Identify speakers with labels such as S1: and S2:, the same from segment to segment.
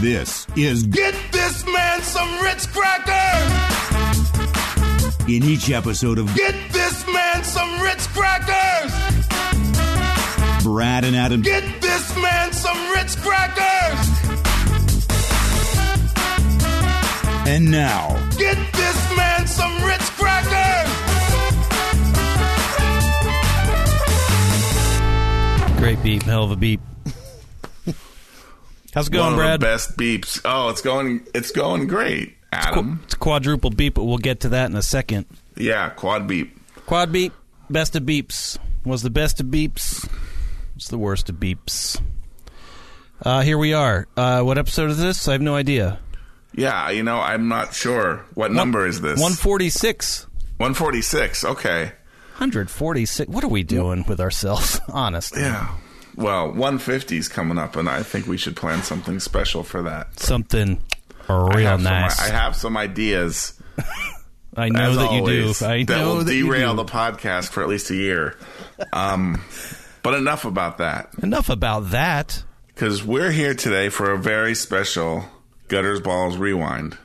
S1: This is Get This Man Some Ritz Crackers! In each episode of Get This Man Some Ritz Crackers! Brad and Adam Get This Man Some Ritz Crackers! And now, Get This Man Some Ritz Crackers!
S2: Great beep, hell of a beep. How's it going,
S3: One
S2: Brad?
S3: Of the best beeps. Oh, it's going. It's going great, Adam.
S2: It's quadruple beep, but we'll get to that in a second.
S3: yeah, quad beep.
S2: Quad beep, best of beeps. Was the best of beeps? It's the worst of beeps. Uh, here we are. Uh, what episode is this? I have no idea.
S3: Yeah, you know, I'm not sure what number is this.
S2: One forty-six.
S3: One forty six. Okay.
S2: Hundred forty-six. What are we doing with ourselves? Honestly,
S3: Yeah. Well, one fifty is coming up, and I think we should plan something special for that.
S2: something real
S3: I have some-
S2: nice.
S3: I have some ideas.
S2: I know
S3: as
S2: that
S3: always,
S2: you do. I
S3: that
S2: know
S3: will
S2: that you
S3: derail
S2: do.
S3: the podcast for at least a year. Um, but enough about that.
S2: Enough about that.
S3: Because we're here today for a very special Gutters Balls Rewind.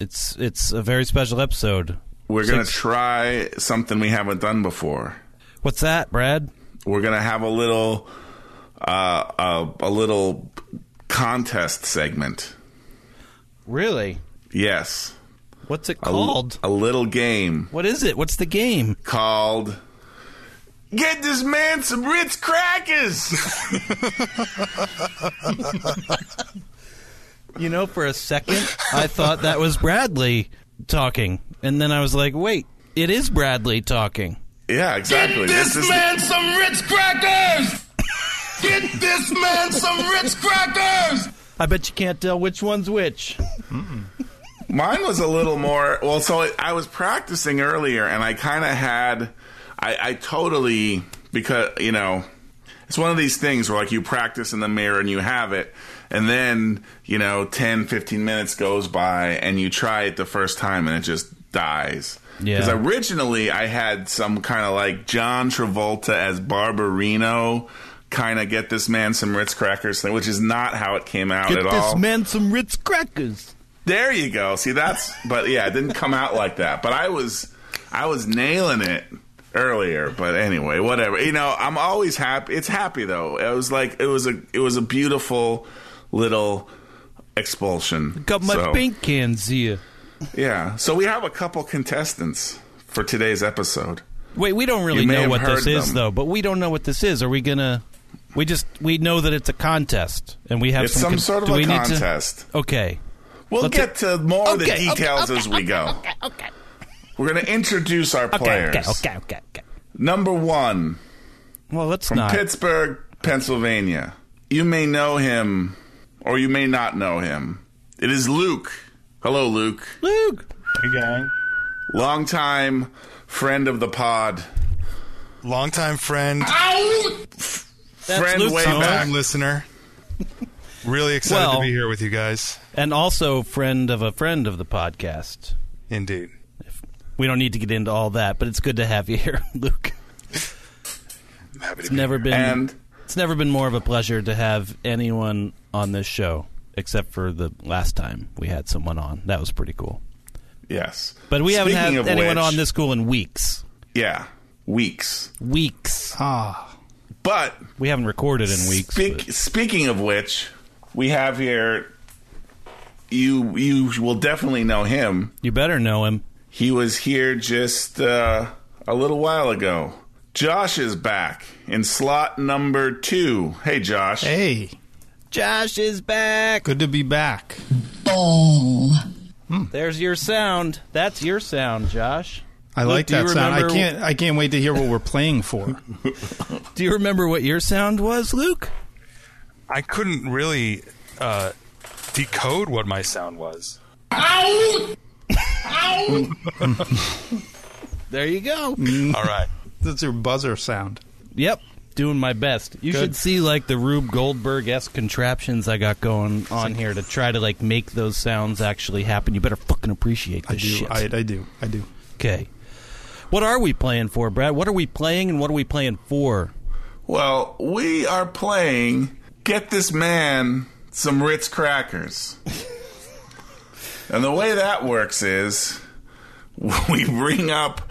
S2: It's it's a very special episode.
S3: We're going to
S2: Six-
S3: try something we haven't done before.
S2: What's that, Brad?
S3: We're going to have a little uh, a, a little contest segment.
S2: Really?
S3: Yes.
S2: What's it
S3: A,
S2: called?
S3: a little game
S2: what is it? What's the game?
S3: called Get this man some Ritz crackers.
S2: You know, for a second, I thought that was Bradley talking, and then I was like, "Wait, it is Bradley talking."
S3: yeah, exactly. This, is the-
S1: some Ritz Crackers! Get this man some Ritz Crackers!
S2: I bet you can't tell which one's which.
S3: Mine was a little more. Well, so I- I was practicing earlier, and I kind of had. I, I totally because you know, it's one of these things where like you practice in the mirror and you have it, and then you know, 10, 15 minutes goes by and you try it the first time and it just dies.
S2: Yeah.
S3: Because originally I had some kind of like John Travolta as Barbarino kind of get this man some Ritz crackers thing, which is not how it came out
S2: Get
S3: at
S2: this
S3: all.
S2: man some Ritz crackers.
S3: There you go. See, that's but yeah, it didn't come out like that. But I was I was nailing it earlier. But anyway, whatever. You know, I'm always happy. It's happy though. It was like it was a it was a beautiful little expulsion.
S2: Got my
S3: So,
S2: paint cans here.
S3: Yeah. So we have a couple contestants for today's episode.
S2: Wait, we don't really
S3: You may
S2: know
S3: have
S2: what this
S3: heard
S2: is,
S3: them.
S2: though. But we don't know what this is. Are we gonna? We just we know that it's a contest, and we have
S3: It's
S2: some,
S3: some
S2: con-
S3: sort of
S2: do
S3: a
S2: we need to-
S3: contest.
S2: okay.
S3: We'll
S2: Let's-
S3: get to more of the
S2: Okay, okay,
S3: details as we go. Okay. We're going to introduce our players.
S2: Okay. Okay. Okay. Okay.
S3: Number one.
S2: Well, let's
S3: from
S2: not.
S3: Pittsburgh, Pennsylvania. You may know him, or you may not know him. It is Luke. Hello, Luke.
S2: Luke.
S4: Hey gang.
S3: Longtime friend of the pod.
S4: Longtime friend,
S2: That's
S3: friend
S2: Luke's
S3: way
S2: song.
S3: back.
S4: time listener. Really excited
S2: Well-
S4: to be here with you guys.
S2: and also friend of a friend of the podcast.
S4: Indeed.
S2: We don't need to get into all that, but it's good to have you here, Luke.
S4: I'm happy to
S2: It's never been
S3: And
S2: it's never been more of a pleasure to have anyone on this show, except for the last time we had someone on. That was pretty cool.
S3: yes.
S2: But we haven't
S3: Speaking
S2: had
S3: of
S2: anyone
S3: which-
S2: on this cool in weeks.
S3: Yeah. Weeks.
S2: Weeks.
S3: But
S2: We haven't recorded in weeks.
S3: speak,
S2: but-
S3: speaking of which, we have here you you will definitely know him.
S2: you better know him.
S3: He was here just uh, a little while ago. Josh is back in slot number two. Hey, Josh.
S5: Hey,
S2: Josh is back.
S5: good to be back. Hmm.
S2: There's your sound. That's your sound, Josh.
S5: I
S2: Luke,
S5: like
S2: do you
S5: that sound. I
S2: remember-
S5: can't. I can't wait to hear what we're playing for.
S2: Do you remember what your sound was, Luke?
S4: I couldn't really uh, decode what my sound was.
S2: There you go.
S5: Mm.
S4: All right.
S5: That's your buzzer sound.
S2: Yep, doing my best. You should see like the Rube Goldberg esque contraptions I got going on here to try to like make those sounds actually happen. You better fucking appreciate
S5: I
S2: this
S5: do.
S2: shit.
S5: I, I do. I do.
S2: okay, what are we playing for, Brad? What are we playing and what are we playing for?
S3: Well, we are playing Get This Man some Ritz crackers. and the way that works is we bring up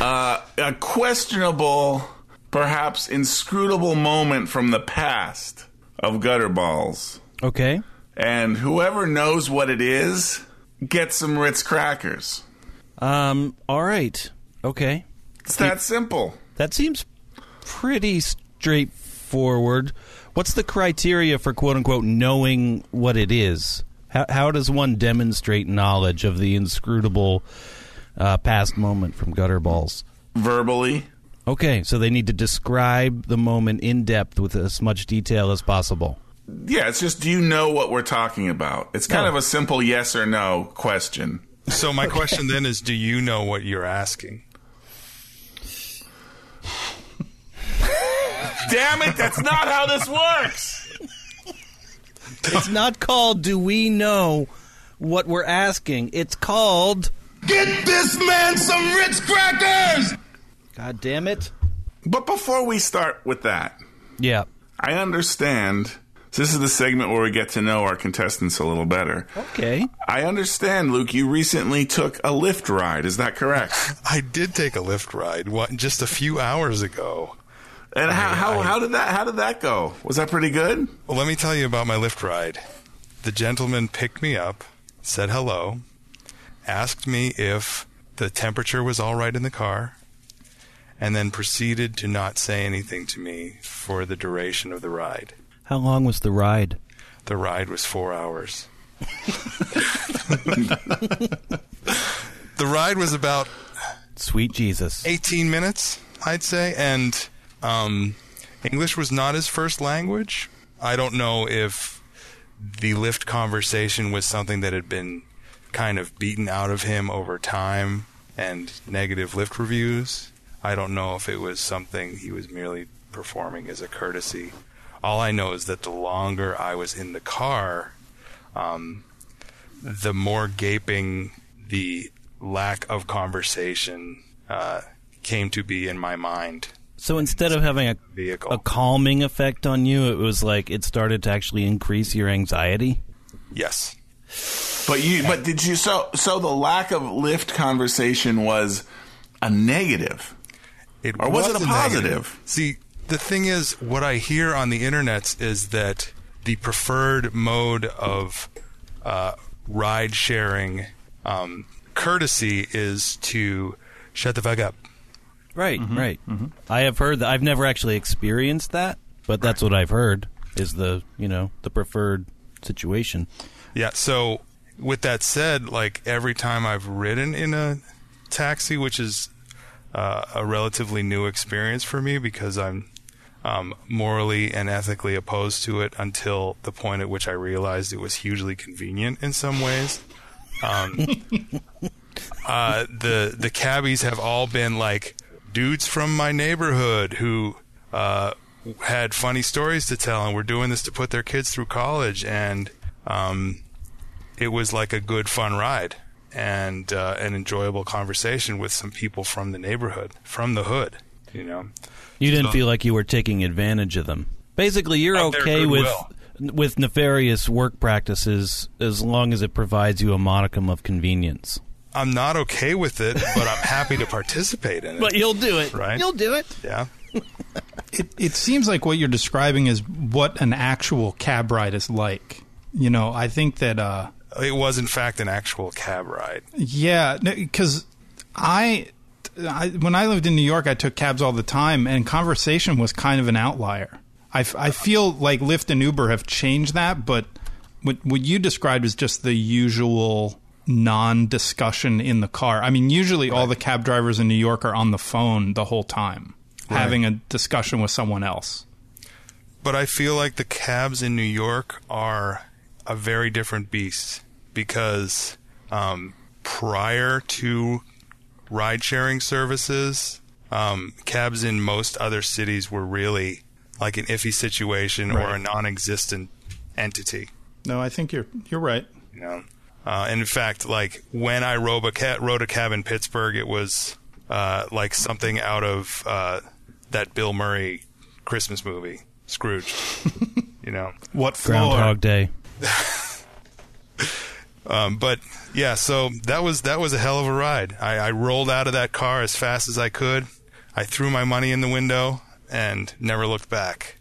S3: uh, a questionable, perhaps inscrutable moment from the past of Gutterballs.
S2: Okay.
S3: And whoever knows what it is gets some Ritz crackers.
S2: Um. All right. Okay.
S3: It's that simple.
S2: That seems pretty straightforward. What's the criteria for quote unquote knowing what it is? How, how does one demonstrate knowledge of the inscrutable uh, past moment from Gutterballs?
S3: Verbally.
S2: Okay, so they need to describe the moment in depth with as much detail as possible.
S3: Yeah, it's just do you know what we're talking about? It's kind
S2: No.
S3: of a simple yes or no question.
S4: So my question then is, do you know what you're asking?
S3: Damn it, that's not how this works.
S2: It's not called Do We Know What We're Asking? It's called.
S1: Get this man some Ritz crackers!
S2: God damn it.
S3: But before we start with that,
S2: Yeah.
S3: I understand. This is the segment where we get to know our contestants a little better.
S2: Okay.
S3: I understand, Luke, you recently took a lift ride. Is that correct?
S4: I did take a lift ride what, just a few hours ago.
S3: And how, how, how did that how did that go? Was that pretty good?
S4: Well, let me tell you about my lift ride. The gentleman picked me up, said hello, asked me if the temperature was all right in the car, and then proceeded to not say anything to me for the duration of the ride.
S2: How long was the ride?
S4: The ride was four hours. the ride was about
S2: Sweet Jesus.
S4: 18 minutes, I'd say. And um, English was not his first language. I don't know if the lift conversation was something that had been kind of beaten out of him over time and negative lift reviews. I don't know if it was something he was merely performing as a courtesy. All I know is that the longer I was in the car, um, the more gaping the lack of conversation uh, came to be in my mind.
S2: So instead of having a,
S4: Vehicle.
S2: a calming effect on you, it was like it started to actually increase your anxiety?
S4: Yes.
S3: But you but did you so so the lack of lift conversation was a negative.
S4: It
S3: Or was it a
S4: negative.
S3: positive?
S4: See, the thing is, what I hear on the internet is that the preferred mode of uh, ride sharing um, courtesy is to shut the fuck up.
S2: Right, right. I have heard that. I've never actually experienced that, but that's what I've heard is the, you know, the preferred situation.
S4: Yeah. So, with that said, like every time I've ridden in a taxi, which is uh, a relatively new experience for me because I'm um, morally and ethically opposed to it until the point at which I realized it was hugely convenient in some ways. Um, uh, the the cabbies have all been like dudes from my neighborhood who uh, had funny stories to tell, and were doing this to put their kids through college, and um, it was like a good fun ride and uh, an enjoyable conversation with some people from the neighborhood, from the hood, you know.
S2: You didn't feel like you were taking advantage of them. Basically, you're
S4: Of their
S2: okay with
S4: goodwill.
S2: with nefarious work practices as long as it provides you a modicum of convenience.
S4: I'm not okay with it, but I'm happy to participate in it.
S2: But you'll do it.
S4: Right.
S2: You'll do it.
S4: yeah.
S5: It, it seems like what you're describing is what an actual cab ride is like. You know, I think that, uh,
S4: It was, in fact, an actual cab ride.
S5: yeah, because I, I, when I lived in New York, I took cabs all the time, and conversation was kind of an outlier. I, f- I feel like Lyft and Uber have changed that, but what, what you described is just the usual non discussion in the car. I mean, usually all the cab drivers in New York are on the phone the whole time, having a discussion with someone else.
S4: but I feel like the cabs in New York are a very different beast because um, prior to ride sharing services, um, cabs in most other cities were really like an iffy situation or a non existent entity.
S5: No, I think you're you're right.
S4: You know? uh, and in fact, like when I rode a, ca- rode a cab in Pittsburgh, it was uh, like something out of uh, that Bill Murray Christmas movie, Scrooge. you know?
S5: What floor?
S2: Groundhog Day.
S4: Um, but yeah, so that was that was a hell of a ride. I, I rolled out of that car as fast as I could. I threw my money in the window and never looked back.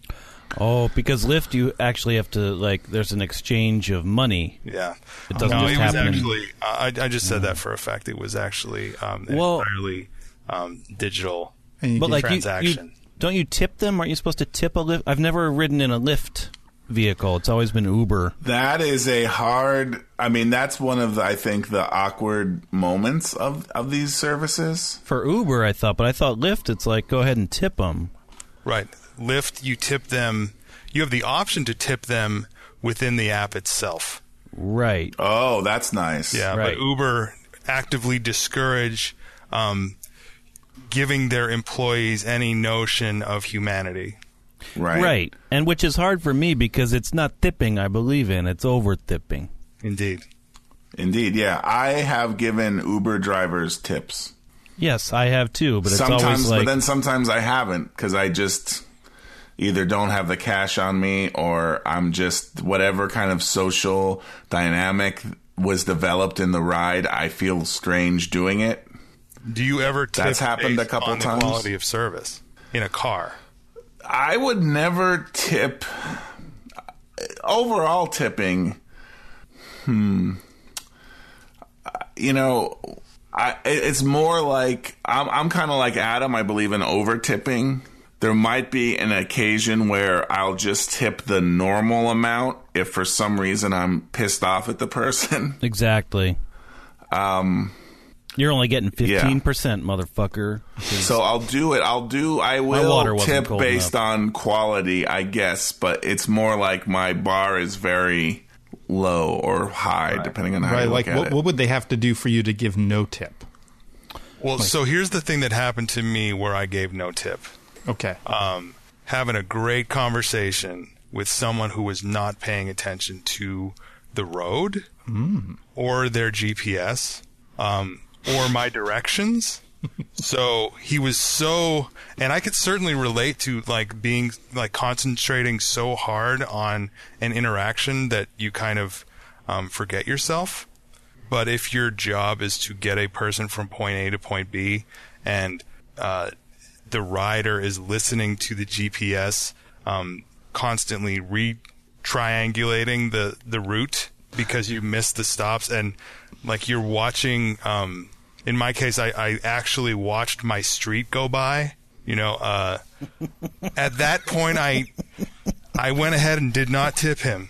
S2: Oh, because Lyft, you actually have to like. There's an exchange of money.
S4: Yeah,
S2: It doesn't
S4: no,
S2: just
S4: it was
S2: happen.
S4: actually. I, I just said that for a fact. It was actually um, an
S2: Well-
S4: entirely um, digital.
S5: And you
S2: but
S5: can
S2: like you- you,
S4: transaction.
S2: don't you tip them? Aren't you supposed to tip a Lyft? I've never ridden in a Lyft vehicle. It's always been Uber.
S3: That is a hard. I mean, that's one of the, I think the awkward moments of of these services.
S2: For Uber, I thought, but I thought Lyft. It's like go ahead and tip them.
S4: Right, Lyft. You tip them. You have the option to tip them within the app itself.
S2: Right.
S3: Oh, that's nice.
S4: Yeah,
S2: Right.
S4: but Uber actively discourage um, giving their employees any notion of humanity.
S3: right.
S2: Right. And which is hard for me because it's not tipping I believe in, it's over tipping.
S4: Indeed.
S3: Indeed. Yeah, I have given Uber drivers tips
S2: Yes, I have too, but it's
S3: sometimes,
S2: always like
S3: but then sometimes I haven't because I just either don't have the cash on me or I'm just whatever kind of social dynamic was developed in the ride. I feel strange doing it.
S4: Do you ever tip
S3: That's happened a
S4: based
S3: couple
S4: on the
S3: times.
S4: quality of service in a car?
S3: I would never tip. Overall tipping, hmm. You know, I it- it's more like I'm I'm kind of like Adam. I believe in over tipping. There might be an occasion where I'll just tip the normal amount if for some reason I'm pissed off at the person.
S2: exactly.
S3: Um,
S2: You're only getting 15%, motherfucker.
S3: So I'll do it. I'll do. I will
S2: water wasn't
S3: tip
S2: cold
S3: based on quality, I guess. But it's more like my bar is very low or high, depending on how
S5: Right,
S3: you
S5: like
S3: look at
S5: what,
S3: it.
S5: what would they have to do for you to give no tip?
S4: Well, so here's the thing that happened to me where I gave no tip.
S5: Okay.
S4: Um, having a great conversation with someone who was not paying attention to the road or their GPS um, or my directions. so he was so, and I could certainly relate to like being like concentrating so hard on an interaction that you kind of um, forget yourself. But if your job is to get a person from point A to point B, and uh, the rider is listening to the GPS, um, constantly re-triangulating the the route because you missed the stops, and like you're watching. Um, in my case, I, I actually watched my street go by. You know, uh, at that point, I I went ahead and did not tip him.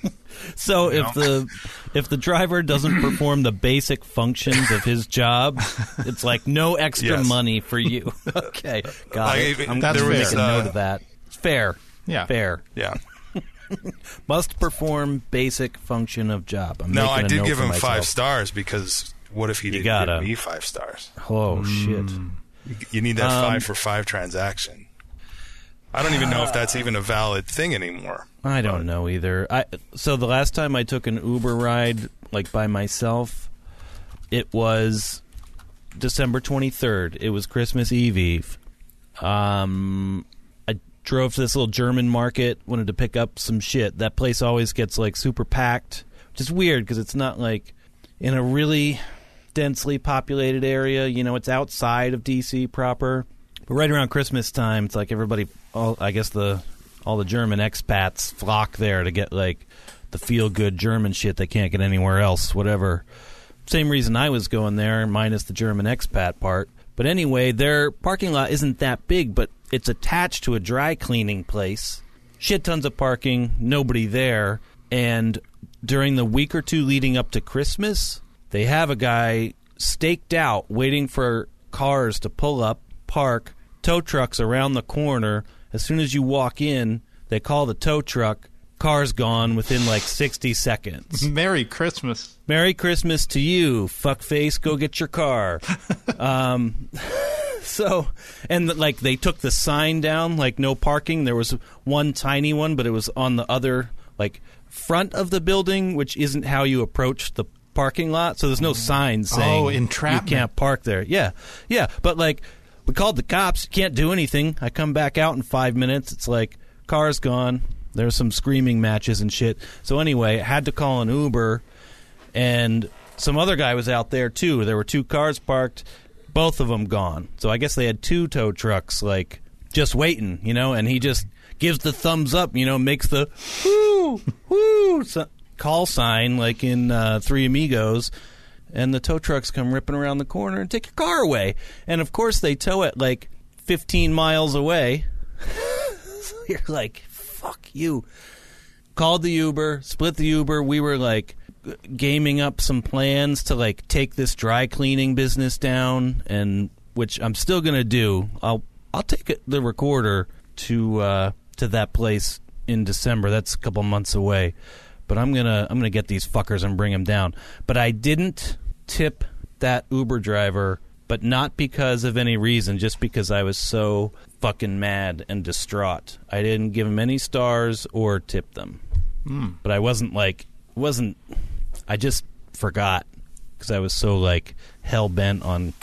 S2: So if the if the driver doesn't perform the basic functions of his job, it's like no extra
S4: Yes.
S2: money for you. okay. Got
S4: Like,
S2: it.
S4: if-
S2: I'm
S4: that's
S2: gonna make
S4: fair.
S2: a note of that. It's fair.
S5: Yeah.
S2: Fair.
S4: uh, Yeah.
S2: Must perform basic function of job. I'm
S4: No,
S2: making
S4: I
S2: a
S4: did
S2: note
S4: give
S2: for
S4: him
S2: myself.
S4: five stars because what if he didn't
S2: gotta.
S4: give me five stars?
S2: Oh
S4: Hmm.
S2: shit.
S4: You need that
S2: Um,
S4: five for five transaction. I don't even know if that's even a valid thing anymore.
S2: I don't know either. I so the last time I took an Uber ride like by myself, it was December 23rd. It was Christmas Eve Eve. Um I drove to this little German market, wanted to pick up some shit. That place always gets like super packed, which is weird because it's not like in a really densely populated area, you know, it's outside of DC proper. But right around Christmas time, it's like everybody all I guess the all the German expats flock there to get like the feel good German shit they can't get anywhere else, whatever. Same reason I was going there, minus the German expat part. But anyway, their parking lot isn't that big, but it's attached to a dry cleaning place. Shit tons of parking, nobody there. And during the week or two leading up to Christmas, they have a guy staked out waiting for cars to pull up, park, tow trucks around the corner. As soon as you walk in, they call the tow truck. Car's gone within like 60 seconds.
S5: Merry Christmas.
S2: Merry Christmas to you, fuckface. Go get your car. um, so, and like they took the sign down, like no parking. There was one tiny one, but it was on the other, like front of the building, which isn't how you approach the parking lot. So there's no sign saying
S5: Oh, entrapment.
S2: you can't park there. Yeah, yeah. But like we called the cops. Can't do anything. I come back out in five minutes. It's like car's gone. There were some screaming matches and shit. So anyway, had to call an Uber, and some other guy was out there too. There were two cars parked, both of them gone. So I guess they had two tow trucks, like just waiting, you know. And he just gives the thumbs up, you know, makes the whoo whoo so- call sign like in uh, Three Amigos. And the tow trucks come ripping around the corner and take your car away. And of course, they tow it like 15 miles away. So you're like, fuck you. Called the Uber, split the Uber. We were like g- gaming up some plans to like take this dry cleaning business down, and which I'm still gonna do. I'll I'll take it, the recorder to uh, to that place in December. That's a couple months away, but I'm gonna I'm gonna get these fuckers and bring them down. But I didn't tip that Uber driver, but not because of any reason, just because I was so fucking mad and distraught. I didn't give him any stars or tip them. But I wasn't like wasn't I just forgot because I was so like hell bent on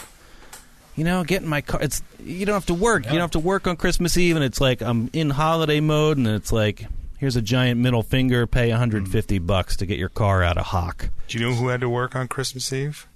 S2: you know, getting my car. It's you don't have to work. You don't have to work on Christmas Eve, and it's like I'm in holiday mode, and it's like here's a giant middle finger. Pay 150 bucks to get your car out of hock.
S4: Do you know who had to work on Christmas Eve?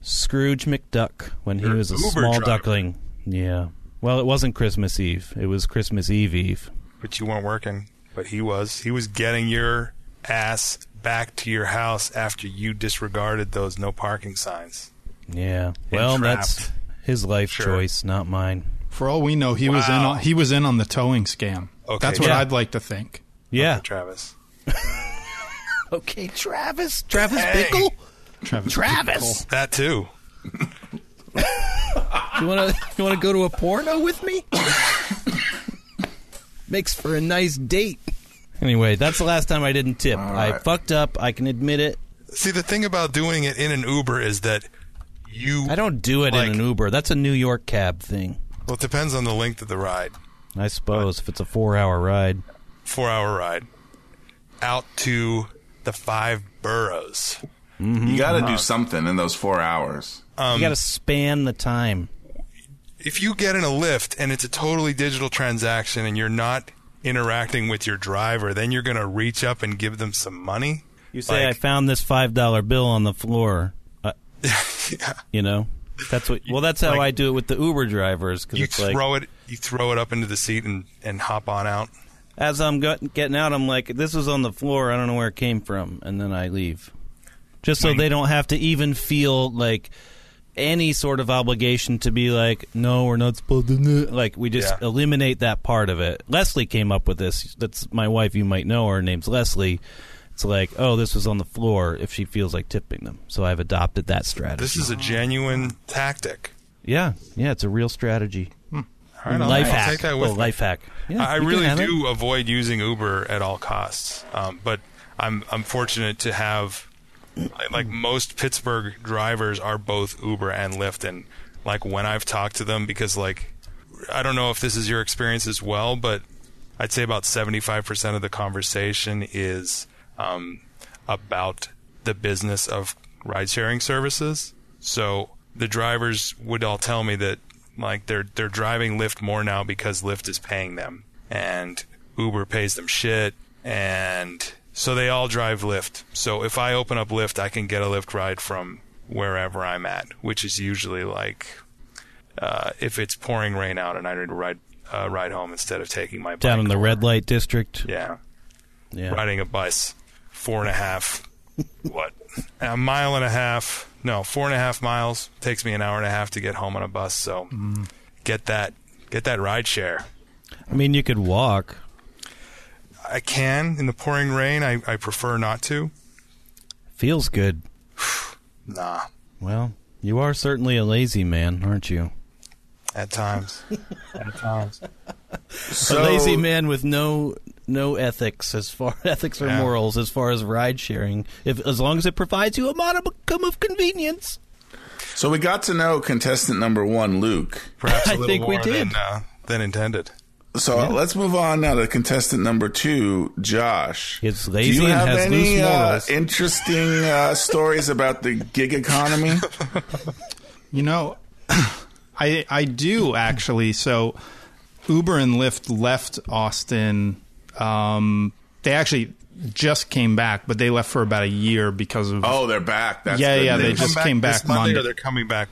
S2: Scrooge McDuck when he
S4: Your
S2: was a
S4: Uber
S2: small
S4: driver.
S2: duckling. Yeah. Well, it wasn't Christmas Eve. It was Christmas Eve Eve.
S4: But you weren't working. But he was. He was getting your ass back to your house after you disregarded those no parking signs.
S2: Yeah. Well, that's
S4: trapped.
S2: his life
S4: Sure.
S2: choice, not mine.
S5: For all we know, he was in
S4: Wow.
S5: on, he was in on the towing scam.
S4: Okay.
S5: That's what
S2: Yeah.
S5: I'd like to think.
S2: Yeah.
S4: Travis.
S2: Okay, Travis. Travis
S4: Hey.
S2: Bickle.
S5: Travis.
S2: Travis.
S4: That too.
S2: You want to you want to go to a porno with me? Makes for a nice date. Anyway, that's the last time I didn't tip. I fucked up. I can admit it.
S4: See, the thing about doing it in an Uber is that you.
S2: I don't do it
S4: Like-
S2: in an Uber. That's a New York cab thing.
S4: Well, it depends on the length of the ride.
S2: I suppose if it's a 4-hour ride.
S4: Four hour ride out to the five boroughs.
S3: You got to do something in those four hours.
S2: you got to span the time.
S4: if you get in a lift and it's a totally digital transaction and you're not interacting with your driver, then you're going to reach up and give them some money.
S2: You say
S4: Like-
S2: I found this $5 bill on the floor. Uh, you know. That's what Well, that's how
S4: Like-
S2: I do it with the Uber drivers cuz
S4: You
S2: it's like
S4: throw it, you throw it up into the seat and, and hop on out.
S2: as I'm go- getting out, I'm like, this was on the floor. I don't know where it came from. And then I leave. Just so they don't have to even feel like any sort of obligation to be like, no, we're not supposed to. do that." Like, we just
S4: Yeah.
S2: eliminate that part of it. Leslie came up with this. That's my wife. You might know her. her name's Leslie. It's like, oh, this was on the floor if she feels like tipping them. So I've adopted that strategy.
S4: This is a genuine tactic.
S2: yeah. Yeah. It's a real strategy.
S4: All right, I'll-
S2: life
S4: I'll
S2: hack.
S4: take that with
S2: oh,
S4: me.
S2: life hack. Yeah,
S4: I I
S2: you can
S4: really
S2: have it.
S4: do avoid using Uber at all costs, um, but I'm I'm fortunate to have like- like most Pittsburgh drivers are both Uber and Lyft, and like when I've talked to them because like I don't know if this is your experience as well, but I'd say about seventy five percent of the conversation is um, about the business of ride sharing services. So the drivers would all tell me that like they're they're driving Lyft more now because Lyft is paying them and Uber pays them shit and so they all drive Lyft. So if I open up Lyft, I can get a Lyft ride from wherever I'm at, which is usually like uh, if it's pouring rain out and I need to ride uh, ride home instead of taking my bike
S2: Down in the
S4: or-
S2: red light district.
S4: yeah
S2: Yeah.
S4: riding a bus four and a half what a mile and a half no four and a half miles takes me an hour and a half to get home on a bus so
S2: Mm.
S4: get that get that ride share
S2: I mean, you could walk.
S4: i can in the pouring rain i, I prefer not to
S2: Feels good.
S4: nah
S2: Well, you are certainly a lazy man, aren't you?
S4: at times at times
S2: a
S3: So,
S2: lazy man with no no ethics as far ethics or
S4: Yeah.
S2: morals as far as ride sharing. If as long as it provides you a modicum of convenience.
S3: so we got to know contestant number one, Luke.
S4: perhaps a
S2: I
S4: little
S2: think we
S4: more
S2: did.
S4: than, uh, than intended
S3: So let's move on now to contestant number two, Josh.
S2: It's
S3: Do
S2: lazy
S3: you
S2: and
S3: have
S2: has
S3: any
S2: loose
S3: uh,
S2: morals.
S3: interesting uh, stories about the gig economy?
S5: You know, I I do actually. So Uber and Lyft left Austin Um, they actually just came back, but they left for about a year because of
S3: Oh, they're back. That's
S5: Yeah,
S3: good
S5: yeah, they
S3: news.
S5: just-
S4: Come
S5: came
S4: this
S5: back
S4: Monday,
S5: Monday.
S4: or they're coming back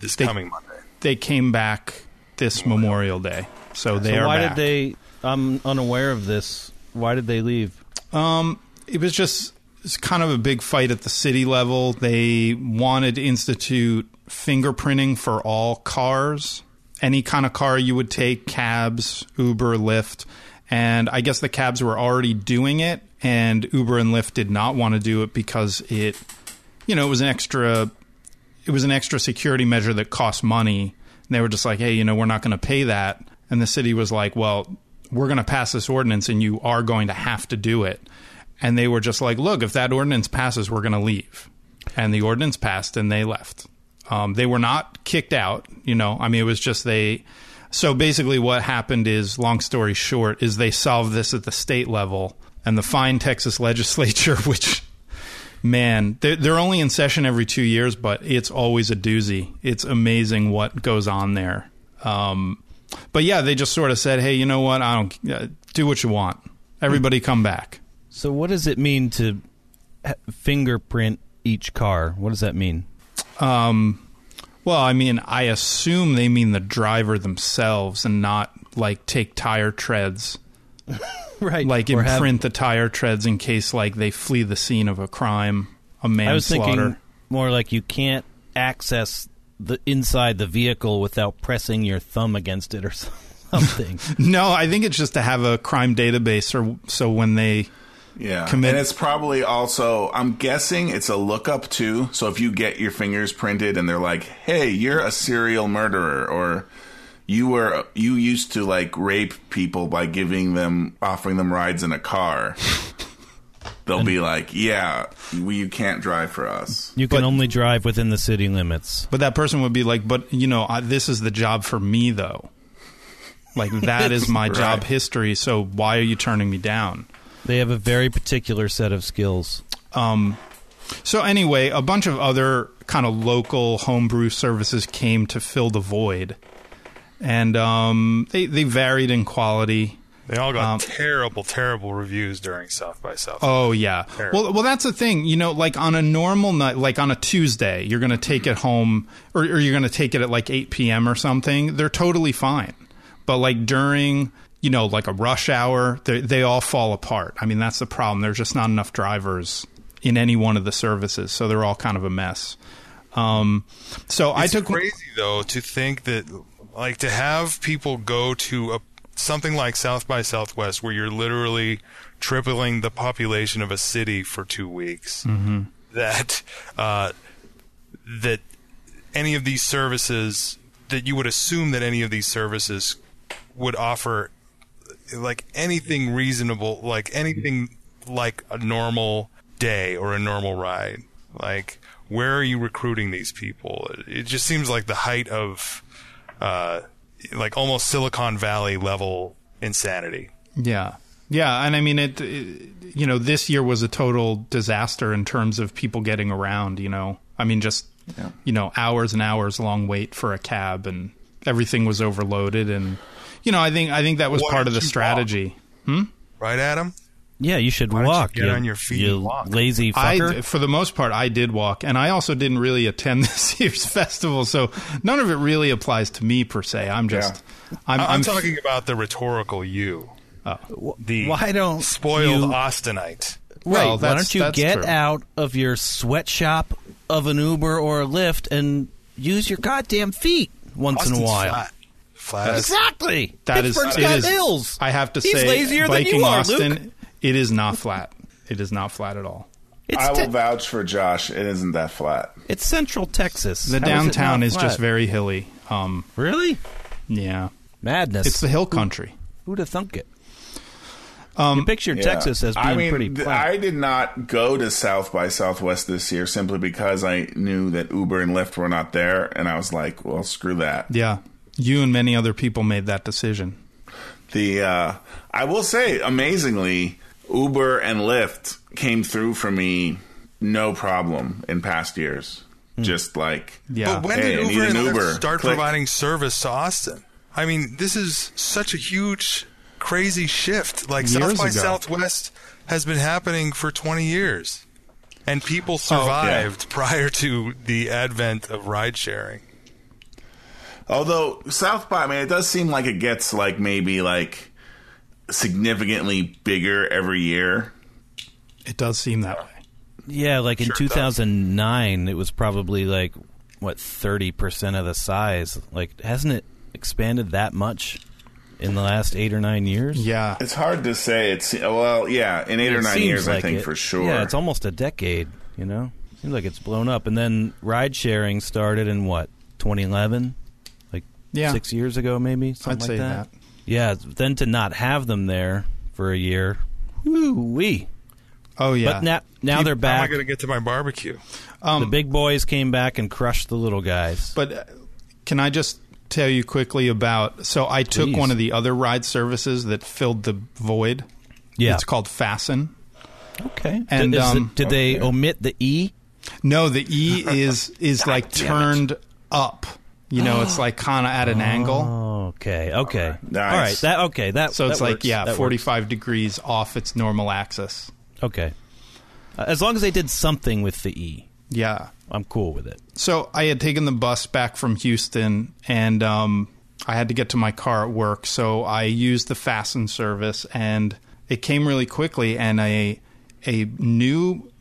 S4: this
S5: They-
S4: coming Monday.
S5: they came back this Memorial Day. So they are
S2: why
S5: back.
S2: did they? I'm unaware of this. Why did they leave?
S5: it was just it's kind of a big fight at the city level. They wanted to institute fingerprinting for all cars, any kind of car you would take, cabs, Uber, Lyft, and I guess the cabs were already doing it, and Uber and Lyft did not want to do it because it, you know, it was an extra, it was an extra security measure that cost money. And they were just like, hey, you know, we're not going to pay that, and the city was like, well, we're going to pass this ordinance, and you are going to have to do it and they were just like, "Look, if that ordinance passes, we're going to leave." And the ordinance passed, and they left. Um, they were not kicked out. You know, I mean, it was just they. So basically, what happened is, long story short, is they solved this at the state level, and the fine Texas legislature, which. Man, they're, they're only in session every two years, but it's always a doozy. It's amazing what goes on there. Um, but yeah, they just sort of said, "Hey, you know what? I don't uh, do what you want. Everybody come back."
S2: So what does it mean to h- fingerprint each car? What does that mean?
S5: Well, I mean, I assume they mean the driver themselves and not like take tire treads,
S2: Right,
S5: like imprint the tire treads in case like they flee the scene of a crime, a
S2: I was
S5: manslaughter.
S2: thinking more like you can't access the inside the vehicle without pressing your thumb against it or something.
S5: No, I think it's just to have a crime database, or so when they
S3: Yeah.
S5: commit-
S3: And it's probably also, I'm guessing it's a lookup too. So if you get your fingers printed and they're like, hey, you're a serial murderer or you were, you used to like rape people by giving them, offering them rides in a car. They'll be like, yeah, we, you can't drive for us.
S2: you can
S5: But-
S2: only drive within the city limits.
S5: But that person would be like, but you know, I, this is the job for me though. Like that is my job history. So why are you turning me down?
S2: They have a very particular set of skills.
S5: So anyway, a bunch of other kind of local homebrew services came to fill the void, and um, they they varied in quality.
S4: They all got terrible, terrible reviews during South by South.
S5: Oh yeah.
S4: Terrible.
S5: Well, well, that's the thing. You know, like on a normal night, like on a Tuesday, you're going to take it home, or, or you're going to take it at like 8 p.m. or something. They're totally fine, but like during, you know, like a rush hour, they they all fall apart. I mean, that's the problem. There's just not enough drivers in any one of the services, so they're all kind of a mess. Um, so I
S4: it's
S5: took
S4: crazy though to think that like to have people go to a something like South by Southwest where you're literally tripling the population of a city for two weeks. That uh, that any of these services that you would assume that any of these services would offer like anything reasonable, like anything like a normal day or a normal ride. Like, where are you recruiting these people? It just seems like the height of, uh, like almost Silicon Valley level insanity.
S5: Yeah. Yeah, and I mean it, it- you know, this year was a total disaster in terms of people getting around, you know. I mean just you know, hours and hours long wait for a cab and everything was overloaded and you know, I think I think that was
S4: Why
S5: part of the
S4: don't you walk?
S5: strategy.
S4: Right, Adam?
S2: Yeah, you should
S4: don't you
S2: walk.
S4: get on your feet
S2: you
S4: and walk?
S2: lazy fucker.
S5: I for the most part I did walk and I also didn't really attend this year's festival, so none of it really applies to me per se. I'm just I'm,
S4: I- I'm, talking about the rhetorical you. the
S2: why don't
S4: spoiled
S2: you-
S4: Austinite.
S2: Right.
S5: Well,
S2: Why
S5: that's-
S2: don't you
S5: that's
S2: get
S5: true.
S2: out of your sweatshop of an Uber or a Lyft and use your goddamn feet once in a
S4: Austin's
S2: while?
S4: flat. Flat as-
S2: Exactly.
S5: That is-
S2: Pittsburgh's
S5: it
S2: got
S5: is-
S2: hills.
S5: I have to
S2: He's
S5: say
S2: lazier than
S5: Viking
S2: you are,
S5: Austin,
S2: Luke.
S5: it is not flat. It is not flat at all.
S2: It's,
S3: I will
S2: te-
S3: vouch for Josh. It isn't that flat.
S2: it's central Texas.
S5: The
S2: How is it
S5: downtown
S2: not
S5: is, just
S2: flat?
S5: very hilly. Um,
S2: really
S5: yeah,
S2: madness.
S5: it's the hill country.
S2: Who'd have thunk it? Um, you picture Texas as being
S3: I mean,
S2: pretty
S3: th-
S2: flat.
S3: I did not go to South by Southwest this year simply because I knew that Uber and Lyft were not there, and I was like, well, screw that.
S5: Yeah, you and many other people made that decision.
S3: The uh, I will say, amazingly, Uber and Lyft came through for me no problem in past years.
S2: Hmm.
S3: Just like
S5: Yeah.
S4: But when
S3: Hey, I
S4: did
S3: need
S4: Uber
S3: an
S4: and Lyft
S3: Uber.
S4: start
S3: Click.
S4: providing service to Austin? I mean, this is such a huge crazy shift. Like South
S5: Years
S4: by
S5: ago.
S4: Southwest has been happening for 20 years, and
S5: Oh,
S4: people survived prior to the advent of ride sharing.
S3: Although South by, I mean, it does seem like it gets like maybe like significantly bigger every year.
S5: It does seem that way.
S2: Yeah, like in
S4: Sure does.
S2: 2009, it was probably like what 30 percent of the size. Like, hasn't it expanded that much in the last eight or nine years?
S5: Yeah.
S3: It's hard to say. It's well, yeah, in eight or
S2: It
S3: nine
S2: seems
S3: years, I
S2: like
S3: think
S2: it.
S3: for sure.
S2: Yeah, it's almost a decade. You know, seems like it's blown up. And then ride sharing started in what 2011, like
S5: Yeah.
S2: six years ago, maybe. Something
S5: I'd
S2: like
S5: say
S2: that.
S5: that.
S2: Yeah, then to not have them there for a year, woo wee.
S5: Oh yeah. Um,
S2: But now now they're
S4: How am I
S2: back.
S4: going to get to my barbecue?
S2: the big boys came back and crushed the little guys.
S5: But uh, can I just tell you quickly about? So I took
S2: Please.
S5: one of the other ride services that filled the void.
S2: Yeah.
S5: it's called Fasten.
S2: Okay.
S5: And,
S2: did, is
S5: um,
S2: it- did they omit the E?
S5: No, the E is is like turned up. You know, it's like kind of at an angle.
S2: Okay. Okay.
S3: Nice.
S2: All right. That okay. That
S5: Oh. So it's
S2: Oh. that
S5: like
S2: works.
S5: yeah,
S2: That
S5: forty five degrees off its normal axis.
S2: works. Okay. Uh, as long as they did something with the E,
S5: Yeah.
S2: I'm cool with it.
S5: So I had taken the bus back from Houston, and um, I had to get to my car at work. So I used the Fasten service, and it came really quickly. And a a new,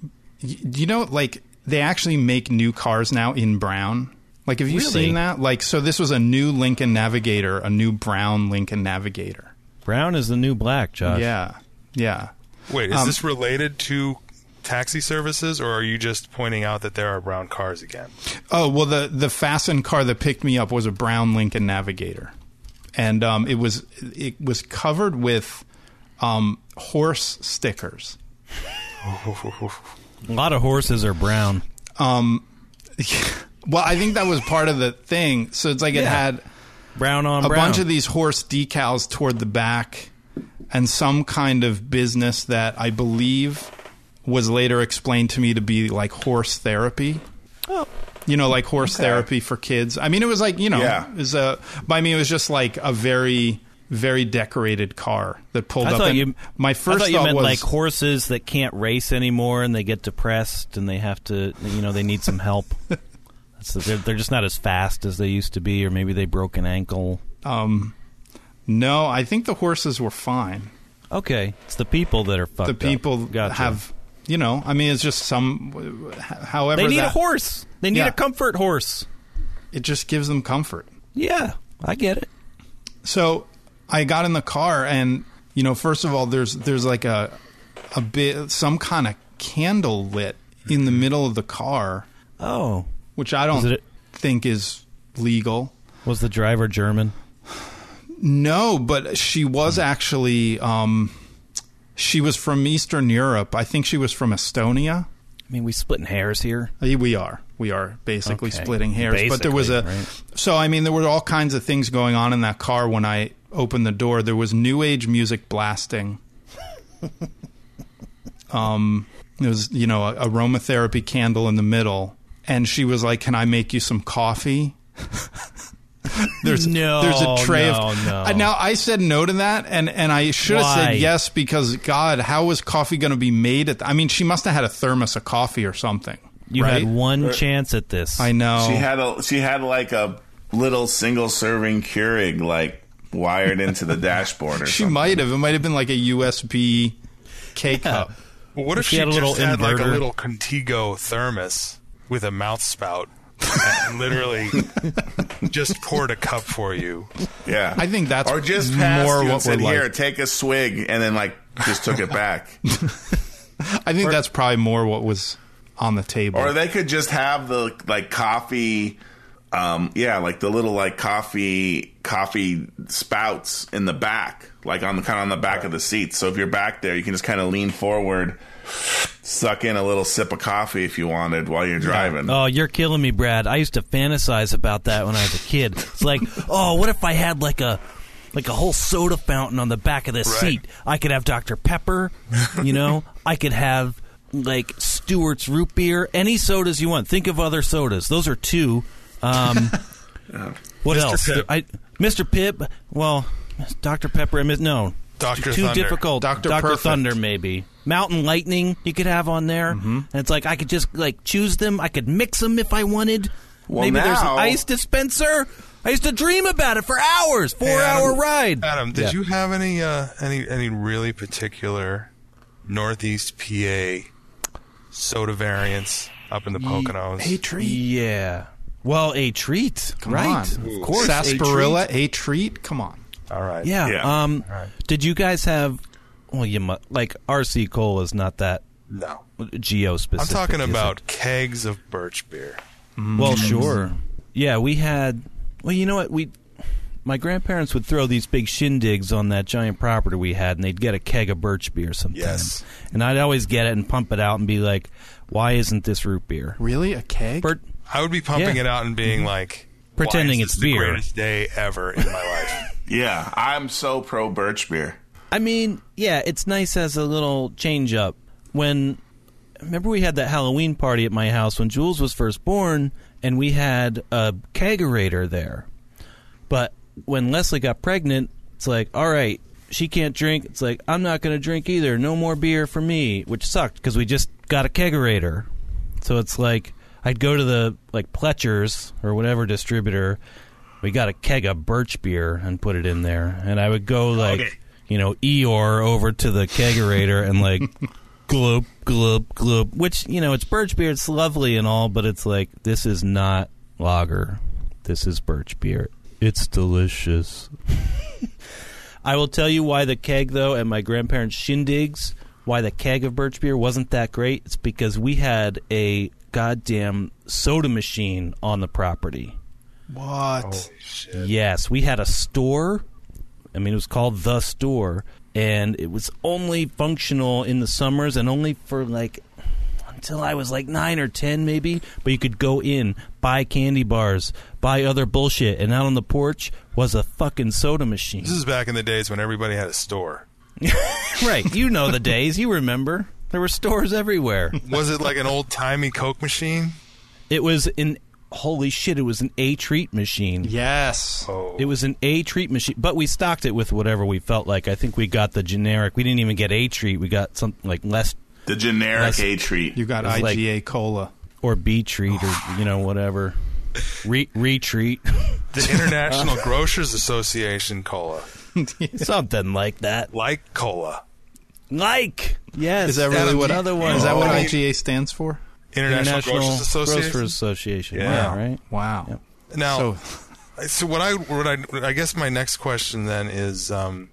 S5: y- you know, like they actually make new cars now in brown. Like, have you
S2: Really?
S5: seen that? Like, so this was a new Lincoln Navigator, a new brown Lincoln Navigator.
S2: Brown is the new black, Josh.
S5: Yeah, yeah.
S4: Wait, is
S5: Um,
S4: this related to taxi services, or are you just pointing out that there are brown cars again?
S5: Oh well, the the fasten car that picked me up was a brown Lincoln Navigator, and um, it was it was covered with um, horse stickers.
S2: A lot of horses are brown.
S5: well, I think that was part of the thing. So it's like it
S2: Yeah.
S5: had
S2: Brown on
S5: a
S2: brown.
S5: bunch of these horse decals toward the back, and some kind of business that I believe was later explained to me to be like horse therapy.
S2: Oh.
S5: you know, like horse therapy for kids. I mean, it was like you know,
S3: Yeah.
S5: it was a. But I mean, it was just like a very, very decorated car that pulled
S2: I
S5: up.
S2: thought
S5: and
S2: you.
S5: my
S2: I
S5: first
S2: thought you
S5: thought
S2: meant
S5: was
S2: like horses that can't race anymore and they get depressed and they have to. You know, they need some help. That's they're, they're just not as fast as they used to be, or maybe they broke an ankle.
S5: um, no. I think the horses were fine.
S2: Okay, it's the people that are fucked.
S5: The
S2: up.
S5: people
S2: Gotcha.
S5: have, you know, I mean, it's just some. However,
S2: They need a
S5: that-
S2: horse. They need
S5: Yeah.
S2: a comfort horse.
S5: It just gives them comfort.
S2: Yeah, I get it.
S5: So I got in the car, and you know, first of all, there's there's like a a bit some kind of candle lit in the middle of the car.
S2: Oh,
S5: which I don't
S2: Is it-
S5: think is legal.
S2: was the driver German?
S5: No, but she was
S2: Hmm.
S5: actually um, she was from Eastern Europe. I think she was from Estonia.
S2: I mean, we splitting hairs here.
S5: Uh, We are we are basically
S2: Okay.
S5: splitting hairs, but there was a
S2: Basically, right.
S5: so I mean there were all kinds of things going on in that car when I opened the door. There was new age music blasting. um, there was you know a aromatherapy candle in the middle, and she was like, "Can I make you some coffee?" there's
S2: No,
S5: there's a tray
S2: no,
S5: of
S2: no.
S5: I- now I said no to that, and and I should have
S2: Why?
S5: said yes because God, how was coffee going to be made? At I mean, she must have had a thermos of coffee or something.
S2: You
S5: right?
S2: had one chance at this.
S5: I know.
S3: She had a she had like a little single serving Keurig like wired into the dashboard. Or
S5: She
S3: something.
S5: might have. It might have been like a USB K cup.
S4: Well, what if
S2: she
S4: she,
S2: had a
S4: just
S2: little
S4: had like a
S2: inverter?
S4: little Contigo thermos with a mouth spout and literally just poured a cup for you?
S3: yeah.
S5: I think that's
S3: or just passed
S5: more
S3: you and
S5: what
S3: said,
S5: we're like.
S3: "Here, take a swig," and then like just took it back.
S5: I think that's probably more what was on the table.
S3: or they could just have the like coffee um yeah like the little like coffee coffee spouts in the back like on the kind of on the back of the seat so if you're back there you can just kind of lean forward suck in a little sip of coffee if you wanted while you're driving
S2: Oh, you're killing me, Brad. I used to fantasize about that when I was a kid. It's like, oh, what if I had like a like a whole soda fountain on the back of this
S4: Right.
S2: seat? I could have Dr. Pepper, you know? I could have like Stewart's root beer, any sodas you want. Think of other sodas. Those are two. Um, what else?
S4: Pibb.
S2: I Mr. Pibb. Well, Dr. Pepper. and Miss- No,
S4: Doctor
S2: too
S4: Thunder.
S2: difficult.
S5: Dr.
S2: Dr.
S5: Perfect.
S2: Thunder, maybe. Mountain Lightning, you could have on there.
S4: Mm-hmm.
S2: And it's like, I could just, like, choose them. I could mix them if I wanted.
S3: Well,
S2: maybe there's an
S3: now-
S2: ice dispenser. I used to dream about it for hours. Four
S4: Hey, Adam-
S2: hour ride.
S4: Adam, did
S2: Yeah.
S4: you have any uh, any any really particular Northeast PA soda variants up in the Poconos?
S2: Yeah. Well, a treat.
S5: Come
S2: right.
S5: on.
S2: Of course. a
S5: Sarsaparilla, a treat. Come on.
S4: All right.
S2: Yeah.
S3: Yeah.
S2: Um, Did you guys have? Well, you mu- like RC Cole is not that
S4: No.
S2: geo
S4: I'm
S2: specific.
S4: talking
S2: is it?
S4: about kegs of birch beer.
S2: Well, sure. Yeah, we had. Well, you know what? We my grandparents would throw these big shindigs on that giant property we had, and they'd get a keg of birch beer sometimes.
S4: Yes.
S2: And I'd always get it and pump it out and be like, "Why isn't this root beer?"
S5: Really, a keg?
S2: Bir-
S4: I would be pumping
S2: Yeah. Mm-hmm.
S4: it out and being like, why is
S2: Pretending
S4: this
S2: it's
S4: the
S2: beer.
S4: greatest day ever in my life.
S3: Yeah, I'm so pro birch beer.
S2: I mean, yeah, it's nice as a little change up. When remember we had that Halloween party at my house when Jules was first born, and we had a kegerator there. But when Leslie got pregnant, it's like, all right, she can't drink. It's like I'm not going to drink either. No more beer for me, which sucked because we just got a kegerator. So it's like I'd go to the like Pletcher's or whatever distributor. We got a keg of birch beer and put it in there, and I would go like you know Eeyore over to the kegerator and like gloop gloop gloop. Which you know it's birch beer, it's lovely and all, but it's like this is not lager. This is birch beer. It's delicious. I will tell you why the keg, though, at my grandparents' shindigs, why the keg of birch beer wasn't that great. It's because we had a goddamn soda machine on the property.
S5: what?
S2: Yes, we had a store. I mean, it was called the store, and it was only functional in the summers and only for like until I was like nine or ten, maybe. But you could go in, buy candy bars, buy other bullshit, and out on the porch was a fucking soda machine.
S4: This is back in the days when everybody had a store.
S2: right, you know the days. You remember there were stores everywhere.
S4: Was it like an old timey Coke machine?
S2: It was an holy shit. It was an a treat machine.
S5: Yes.
S3: Oh.
S2: It was an A treat machine, but we stocked it with whatever we felt like. I think we got the generic. We didn't even get A treat. We got something like less
S3: The generic
S2: That's-
S3: A treat.
S5: You got
S2: It's like-
S5: IGA cola.
S2: or B treat or you know whatever. Re- retreat,
S4: The International Grocers Association cola.
S2: something like that.
S4: Like cola.
S2: Like yes,
S5: Is that really what
S2: another one? Oh.
S5: Is that what
S4: Oh.
S5: IGA stands for?
S4: International,
S2: International
S4: Grocers Association.
S2: Grocers Association? Yeah,
S4: Yeah.
S2: right.
S5: Wow.
S4: Now,
S5: So
S4: So what I what I I guess my next question then is um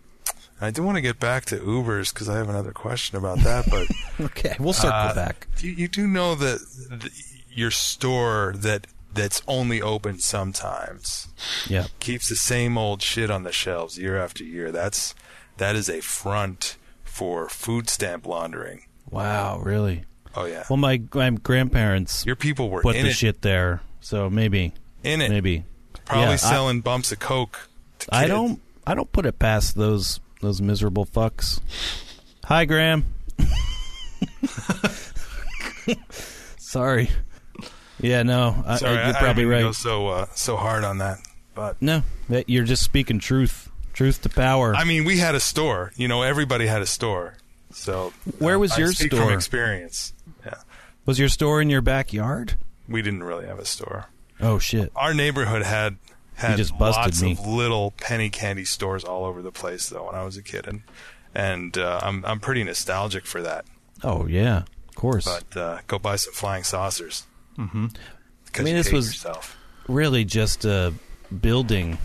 S4: I do want to get back to Ubers because I have another question about that, but
S2: Okay, we'll circle
S4: Uh,
S2: back.
S4: you, you do know that the, your store that that's only open sometimes
S2: Yeah.
S4: keeps the same old shit on the shelves year after year. That's that is a front for food stamp laundering.
S2: Wow, really.
S4: Oh yeah,
S2: Well, my, my grandparents
S4: your people were
S2: put
S4: in
S2: the
S4: it,
S2: shit there, so maybe,
S4: in it,
S2: maybe.
S4: probably
S2: Yeah, I-
S4: selling bumps of coke. To
S2: I
S4: kids.
S2: don't I don't put it past those those miserable fucks. Hi Graham. Sorry. Yeah, no. I,
S4: Sorry,
S2: you're
S4: I- I
S2: probably
S4: didn't mean to
S2: right.
S4: Go so uh, so hard on that, but
S2: No, that- you're just speaking truth. Truth to power.
S4: I mean, we had a store. You know, everybody had a store. So uh,
S2: Where was
S4: I
S2: your
S4: speak From
S2: store?
S4: experience, yeah,
S2: was your store in your backyard?
S4: we didn't really have a store.
S2: Oh shit.
S4: Our neighborhood had had
S2: just busted
S4: lots
S2: me.
S4: of little penny candy stores all over the place, though. When I was a kid, and and uh, I'm I'm pretty nostalgic for that.
S2: Oh yeah. Of course.
S4: But uh, go buy some flying saucers. Mm-hmm.
S2: I mean,
S4: you
S2: this
S4: hate
S2: was-
S4: yourself.
S2: really just a building.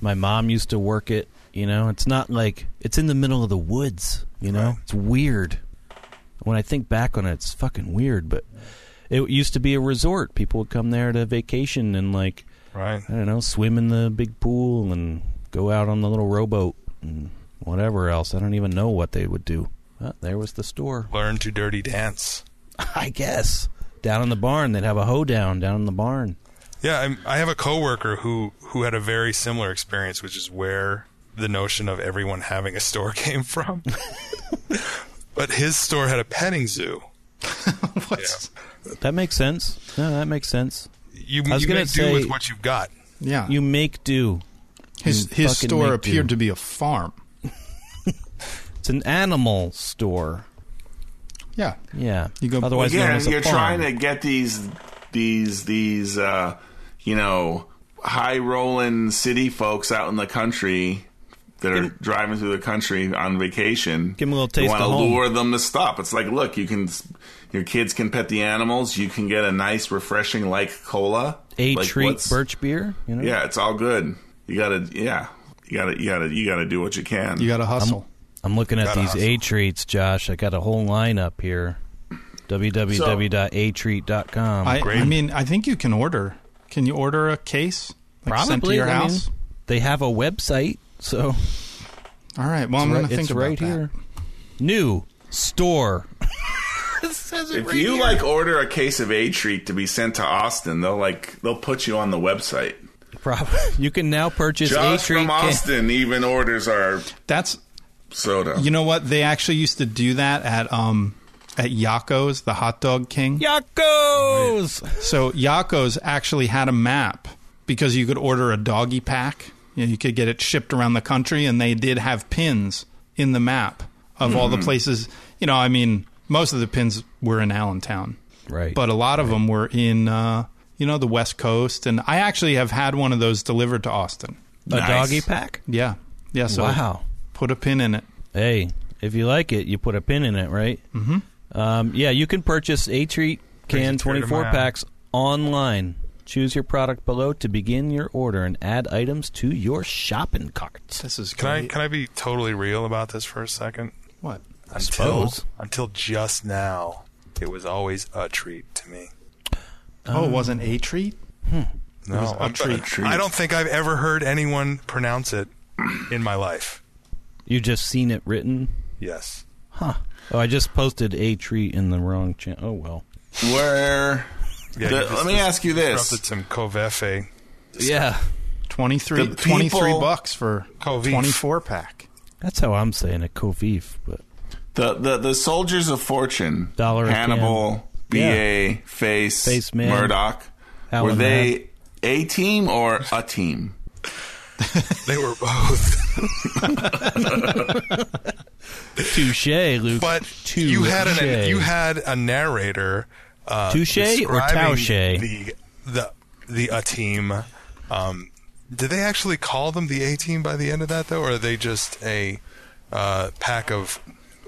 S2: My mom used to work it, you know. It's not like it's in the middle of the woods, you know.
S4: Right.
S2: It's weird. When I think back on it, it's fucking weird, but it used to be a resort. People would come there to vacation and like
S4: right.
S2: I don't know, swim in the big pool and go out on the little rowboat and whatever else. I don't even know what they would do. Well, there was the store.
S4: Learn to dirty dance.
S2: I guess down in the barn, they'd have a hoedown down in the barn.
S4: Yeah, I'm, I have a coworker who who had a very similar experience, which is where the notion of everyone having a store came from. but his store had a petting zoo.
S5: what's
S2: That makes sense. No, that makes sense.
S4: You,
S2: I was
S4: you
S2: gonna
S4: make
S2: say-
S4: do with what you've got.
S5: yeah?
S2: You make do.
S5: his
S2: you
S5: his
S2: fucking
S5: store
S2: make
S5: appeared
S2: do.
S5: to be a farm.
S2: an animal store.
S5: Yeah.
S2: Yeah.
S5: You go-
S2: Otherwise, known
S3: yeah,
S2: as a
S3: you're
S2: farm.
S3: trying to get these these these uh, you know high rolling city folks out in the country that are driving through the country on vacation.
S2: Give 'em a little taste
S3: You want
S2: of
S3: to
S2: home.
S3: lure them to stop. It's like, look, you can your kids can pet the animals. You can get a nice, refreshing like cola,
S2: a
S3: Like,
S2: treat
S3: what's-
S2: birch beer. You know.
S3: Yeah, it's all good. You gotta, yeah, you gotta, you gotta, you gotta do what you can.
S5: You got to hustle.
S2: I'm looking at
S4: Gotta
S2: these
S4: hustle.
S2: A treats, Josh. I got a whole line up here. www.atreat.com.
S5: I,
S4: Great.
S5: I mean, I think you can order. Can you order a case? Like sent to your
S2: I mean,
S5: house?
S2: they have a website, so
S5: All right. Well, I'm going to think
S2: it's
S5: about
S2: right
S5: that.
S2: here. New store. it says it
S3: if
S2: right
S3: you
S2: here.
S3: like order a case of a treat to be sent to Austin, they'll like they'll put you on the website.
S2: Prob- you can now purchase a
S3: Josh
S2: treat.
S3: from Austin even orders our
S5: That's
S3: soda.
S5: you know what they actually used to do that at um at Yakko's, the hot dog king.
S2: Yakos.
S5: So Yakko's actually had a map because you could order a doggy pack. You, know, you could get it shipped around the country, and they did have pins in the map of all the
S2: Hmm.
S5: places. You know, I mean, most of the pins were in Allentown,
S2: Right.
S5: but a lot of them were in uh, you know the West Coast. And I actually have had one of those delivered to Austin.
S2: a
S3: Nice.
S2: doggy pack.
S5: Yeah, yeah. So
S2: Wow.
S5: put a pin in it.
S2: Hey, if you like it, you put a pin in it, right? Mm-hmm. Um, yeah, you can purchase a treat can
S4: Brings a tear to
S2: 24
S4: my eye.
S2: packs online. Choose your product below to begin your order and add items to your shopping cart.
S5: This is
S4: Can I
S5: great.
S4: can I be totally real about this for a second?
S5: what?
S4: I
S2: suppose.
S4: until just now, it was always a treat to me.
S5: Oh, it wasn't a treat.
S4: No,
S5: a treat.
S4: Oh, I don't think I've ever heard anyone pronounce it in my life.
S2: You just seen it written?
S4: Yes.
S2: Oh, I just posted a treat in the wrong channel. Oh, well.
S3: Where?
S4: Yeah,
S3: The-
S4: you just-
S3: let me ask you
S4: Interrupted
S3: this:
S4: some covefe.
S2: Yeah.
S5: 23,
S3: The
S5: 23
S3: people-
S5: bucks for
S4: Covif.
S5: 24 pack.
S2: That's how I'm saying it, Kofif. But
S3: the, the the soldiers of fortune,
S2: Dollar a
S3: Hannibal,
S2: can.
S3: B.A., Face,
S2: Face Man.
S3: Murdoch,
S2: Alan
S3: were they a team or a team?
S4: They were both,
S2: touche, Luke.
S4: but
S2: touche.
S4: you had an you had a narrator. Uh,
S2: Touche or
S4: describing
S2: touche?
S4: The the the a team. Um, did they actually call them the A team by the end of that though, or are they just a uh, pack of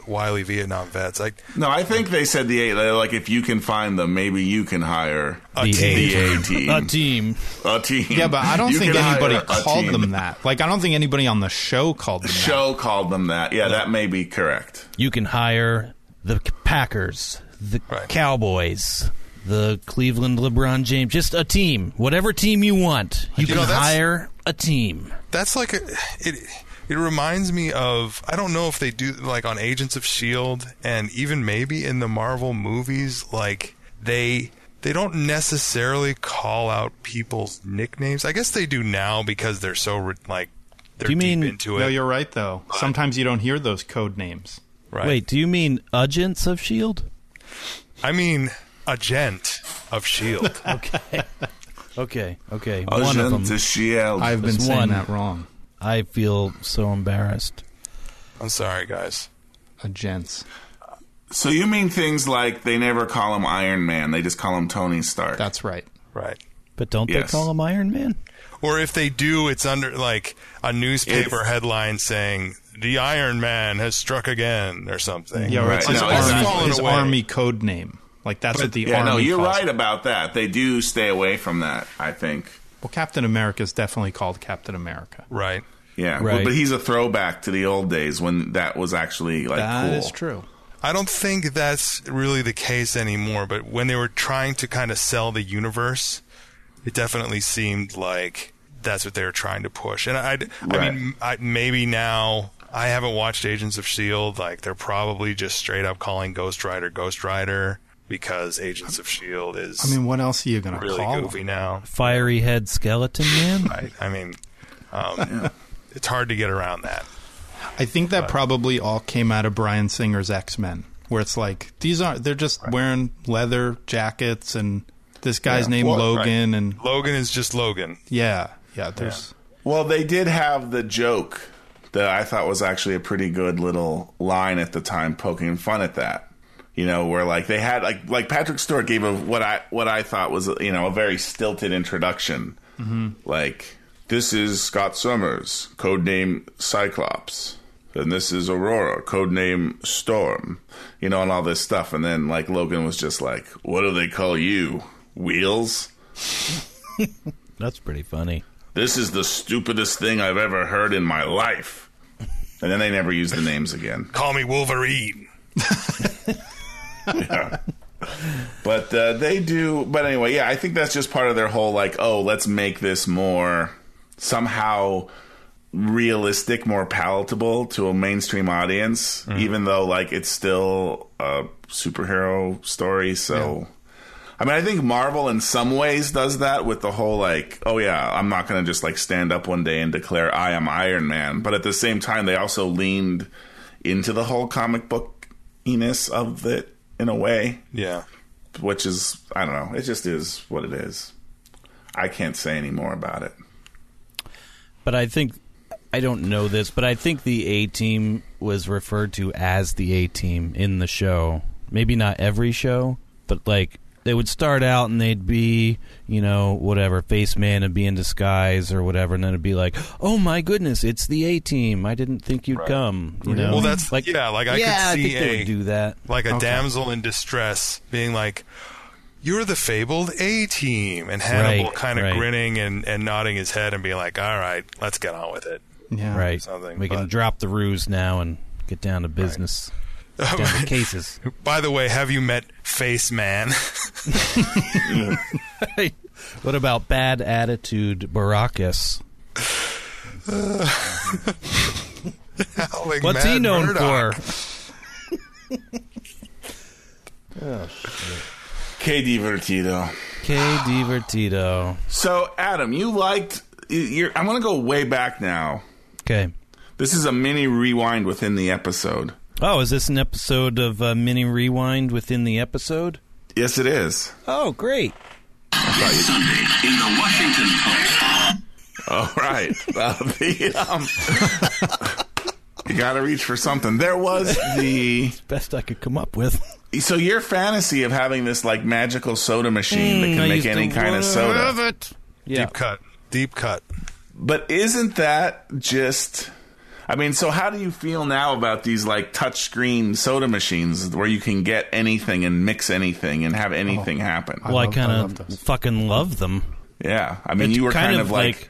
S4: wily Vietnam vets? Like
S3: No, I think they said the eight. They're Like, if you can find them, maybe you can hire
S4: a
S2: The
S4: team.
S3: the A team.
S2: a team.
S3: A team.
S5: Yeah, but I don't
S3: You
S5: think
S3: can
S5: anybody
S3: hire a
S5: called
S3: team.
S5: them that. Like, I don't think anybody on the show called them that.
S3: Show called them that. Yeah, that may be correct.
S2: you can hire the Packers, the
S4: Right.
S2: Cowboys, the Cleveland LeBron James, just a team, whatever team you want. You,
S4: You
S2: can
S4: know, that's-
S2: hire a team.
S4: That's like a, it. It reminds me of I don't know if they do like on Agents of Shield E and even maybe in the Marvel movies like they they don't necessarily call out people's nicknames. I guess they do now because they're so re- like they're
S2: you
S4: deep
S2: mean-
S4: into it.
S5: No, you're right, though. Sometimes you don't hear those code names.
S4: right.
S2: Wait, do you mean agents of Shield?
S4: I mean agent of Shield.
S2: Okay, okay, one of them.
S3: Agent Shield.
S5: I've been
S2: There's
S5: saying
S2: one.
S5: that wrong.
S4: E
S2: I feel so embarrassed.
S4: I'm sorry, guys.
S5: Agents.
S3: So you mean things like they never call him Iron Man; they just call him Tony Stark.
S5: That's right.
S4: Right.
S2: But don't
S3: Yes.
S2: they call him Iron Man?
S4: Or if they do, it's under like a newspaper
S3: It's-
S4: headline saying the Iron Man has struck again or something.
S5: Yeah, or
S3: Right.
S5: it's
S3: No,
S5: his,
S3: it's
S5: army,
S4: fallen
S5: his
S4: away.
S5: army code name. Like, that's what the
S3: yeah,
S5: army
S3: no, you're
S5: calls
S3: right
S5: it.
S3: about that. They do stay away from that. I think.
S5: Well, Captain America is definitely called Captain America.
S4: Right.
S3: Yeah,
S2: Right.
S3: but he's a throwback to the old days when that was actually like
S5: That is
S3: cool.
S5: true.
S4: I don't think that's really the case anymore, but when they were trying to kind of sell the universe, it definitely seemed like that's what they were trying to push. And I, I
S3: Right.
S4: mean, I, maybe now I haven't watched Agents of S.H.I.E.L.D. E Like, they're probably just straight up calling Ghost Rider Ghost Rider because Agents of S.H.I.E.L.D. E is
S5: I mean, what else are you going to
S4: really
S5: call
S4: goofy
S5: him?
S4: now.
S2: Fiery head skeleton man?
S4: I, I mean, um, it's hard to get around that.
S5: I think that probably all came out of Brian Singer's X Men, where it's like these are they're just wearing leather jackets and this guy's
S3: Yeah.
S5: named
S3: Well,
S5: Logan and
S4: Logan is just Logan.
S5: yeah, yeah. There's
S3: Well, they did have the joke that I thought was actually a pretty good little line at the time, poking fun at that. You know, where like they had like like Patrick Stewart gave a what I what I thought was you know a very stilted introduction, like this is Scott Summers, codename Cyclops. Then this is Aurora, codename Storm, you know, and all this stuff. And then like Logan was just like, "What do they call you? Wheels?
S2: That's pretty funny.
S3: This is the stupidest thing I've ever heard in my life." And then they never used the names again.
S4: Call me Wolverine.
S3: But uh, they do. But anyway, yeah, I think that's just part of their whole like, oh, let's make this more somehow realistic, more palatable to a mainstream audience, even though like it's still a superhero story. So. I mean, I think Marvel in some ways does that with the whole like, oh yeah, I'm not going to just like stand up one day and declare I am Iron Man. But at the same time, they also leaned into the whole comic bookiness of it in a way
S4: Yeah.
S3: which is I don't know. It just is what it is. I can't say any more about it.
S2: But I think I don't know this, but I think the A team was referred to as the A team in the show. Maybe not every show, but like they would start out and they'd be, you know, whatever, face man and be in disguise or whatever, and then it'd be like, Oh my goodness, it's the A team. I didn't think you'd come. You know?
S4: Well, that's- yeah, like, I could
S2: yeah,
S4: see
S2: think they
S4: a-
S2: would do that.
S4: Like a damsel in distress being like, You're the fabled A team. And Hannibal
S2: Right,
S4: kind of
S2: right.
S4: grinning and, and nodding his head and being like, All right, let's get on with it.
S5: Yeah.
S2: right.
S4: something,
S2: we can
S4: but-
S2: drop the ruse now and get down to business. Get down to cases.
S4: By the way, have you met Face Man?
S2: what about bad attitude Baracus?
S4: Howling
S2: What's he
S4: Mad
S2: known
S4: Murdoch.
S2: for?
S3: K Divertido.
S2: K. Divertido.
S3: So Adam, you liked. You're, I'm going to go way back now.
S2: Okay.
S3: This is a mini rewind within the episode.
S2: Oh, is this an episode of uh, Mini Rewind within the episode?
S3: Yes, it is.
S2: Oh, great.
S6: Sunday in the Washington Post.
S3: All right. Uh, the, um, you got to reach for something. There was the.
S2: Best I could come up with.
S3: So your fantasy of having this like magical soda machine that can
S2: Mm, I
S3: make
S2: used
S3: any
S2: to
S3: kind of soda.
S2: love it. Hmm. Yeah.
S4: Deep cut. Deep cut.
S3: But isn't that just I mean, so how do you feel now about these like touchscreen soda machines where you can get anything and mix anything and have anything happen?
S2: Well, I
S5: love- I
S2: kind
S5: love
S2: of
S5: those.
S2: fucking love them.
S3: yeah. I mean, you were kind, of, like,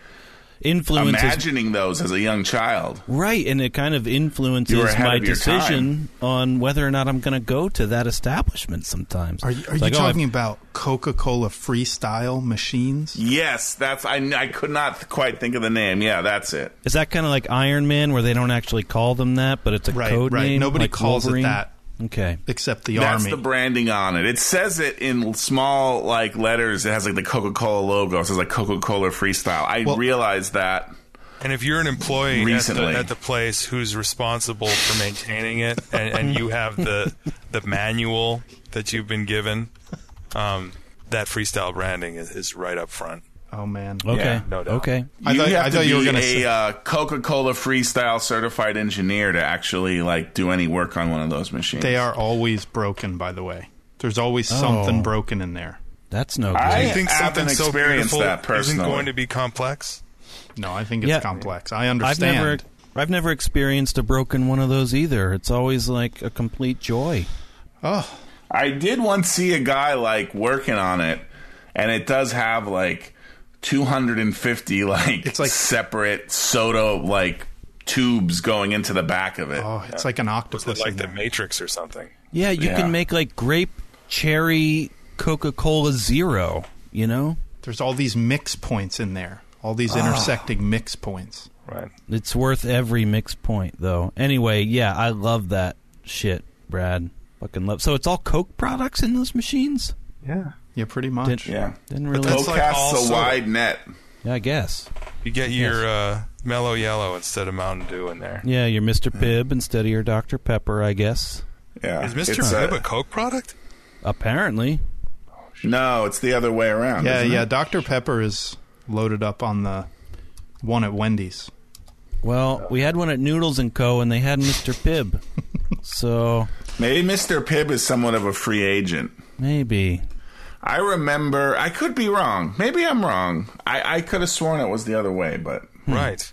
S2: influences
S3: imagining those as a young child.
S2: right, and it kind of influences
S3: You were ahead
S2: my
S3: of your
S2: decision on whether or not I'm going to go to that establishment. Sometimes
S5: Are you,
S2: It's
S5: are you
S2: like, oh, I've-
S5: talking about Coca-Cola freestyle machines?
S3: Yes, that's I I could not quite think of the name. Yeah, that's it.
S2: Is that kind of like Iron Man, where they don't actually call them that, but it's a
S5: Right,
S2: code
S5: right.
S2: name?
S5: Nobody
S2: like
S5: calls it
S2: Wolverine?
S5: that.
S2: Okay.
S5: Except the
S3: That's
S5: army.
S3: the branding on it. It says it in small like letters. It has like the Coca-Cola logo. It says like Coca-Cola Freestyle. I realized that.
S4: And if you're an employee at the,
S3: Recently.
S4: at the place who's responsible for maintaining it, and, and you have the the manual that you've been given, um, that freestyle branding is, is right up front.
S5: oh man.
S2: Okay.
S4: no doubt.
S2: okay.
S5: I thought,
S3: you have
S5: I thought
S3: to
S5: you were
S3: be
S5: going to
S3: a
S5: say
S3: uh, Coca-Cola freestyle certified engineer to actually like do any work on one of those machines.
S5: they are always broken. By the way, there's always
S2: Oh.
S5: something broken in there.
S2: That's no good.
S3: I-
S4: Do you think
S3: haven't
S4: something so
S3: experienced
S4: beautiful
S3: that
S4: isn't
S3: personally.
S4: going to be complex?
S5: No, I think it's
S2: Yeah.
S5: complex. I
S2: I've
S5: understand.
S2: never I've never experienced a broken one of those either. It's always like a complete joy.
S3: I did once see a guy like working on it, and it does have like 250 like
S5: It's like-
S3: separate soda like tubes going into the back of it.
S5: oh, it's like an octopus.
S4: Like
S5: in
S4: the
S5: there.
S4: Matrix or something.
S2: Yeah, you
S3: Yeah.
S2: can make like grape cherry Coca-Cola Zero, you know?
S5: There's all these mix points in there. All
S2: Ah.
S5: these intersecting mix points.
S4: Right.
S2: It's worth every mix point though. Anyway, yeah, I love that shit, Brad. Fucking love. So it's all Coke products in those machines?
S5: Yeah, pretty much.
S3: yeah.
S2: Didn't really
S4: that's
S3: Coke
S4: It's like all
S3: casts a
S4: soda.
S3: wide net.
S2: Yeah, I guess.
S4: You get your uh, mellow yellow instead of Mountain Dew in there. Is
S2: Yeah, your Mr. Pibb instead of your Dr. Pepper, I guess.
S3: Yeah.
S4: Mr.
S3: It's a-
S4: Pibb a Coke product?
S2: Apparently.
S3: no, it's the other way around.
S5: Yeah,
S3: isn't
S5: yeah.
S3: it?
S5: Dr. Pepper is loaded up on the one at Wendy's.
S2: Well, we had one at Noodles and Co. and they had Mr. Pibb. so
S3: Maybe Mr. Pibb is somewhat of a free agent.
S2: maybe.
S3: I remember. I could be wrong. Maybe I'm wrong. I, I could have sworn it was the other way, but
S4: Right.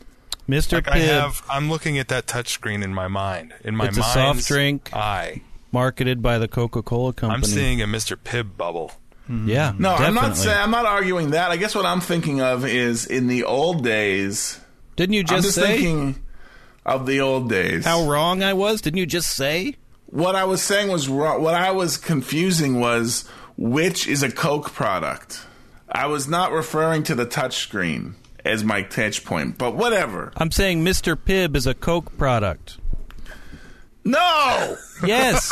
S2: Mr.
S4: Like
S2: Pibb
S4: I have. I'm looking at that touchscreen in my mind. In my
S2: It's a
S4: mind,
S2: soft drink.
S4: I.
S2: marketed by the Coca Cola company.
S4: I'm seeing a Mr. Pibb bubble.
S2: Yeah.
S3: no, I'm not
S2: definitely.
S3: saying. I'm not arguing that. I guess what I'm thinking of is in the old days.
S2: Didn't you
S3: I'm
S2: just,
S3: just
S2: say
S3: thinking of the old days.
S2: how wrong I was? Didn't you just say?
S3: what I was saying was wrong. What I was confusing was which is a Coke product. I was not referring to the touchscreen as my touch point, but whatever.
S2: I'm saying Mr. Pibb is a Coke product.
S3: No,
S2: Yes.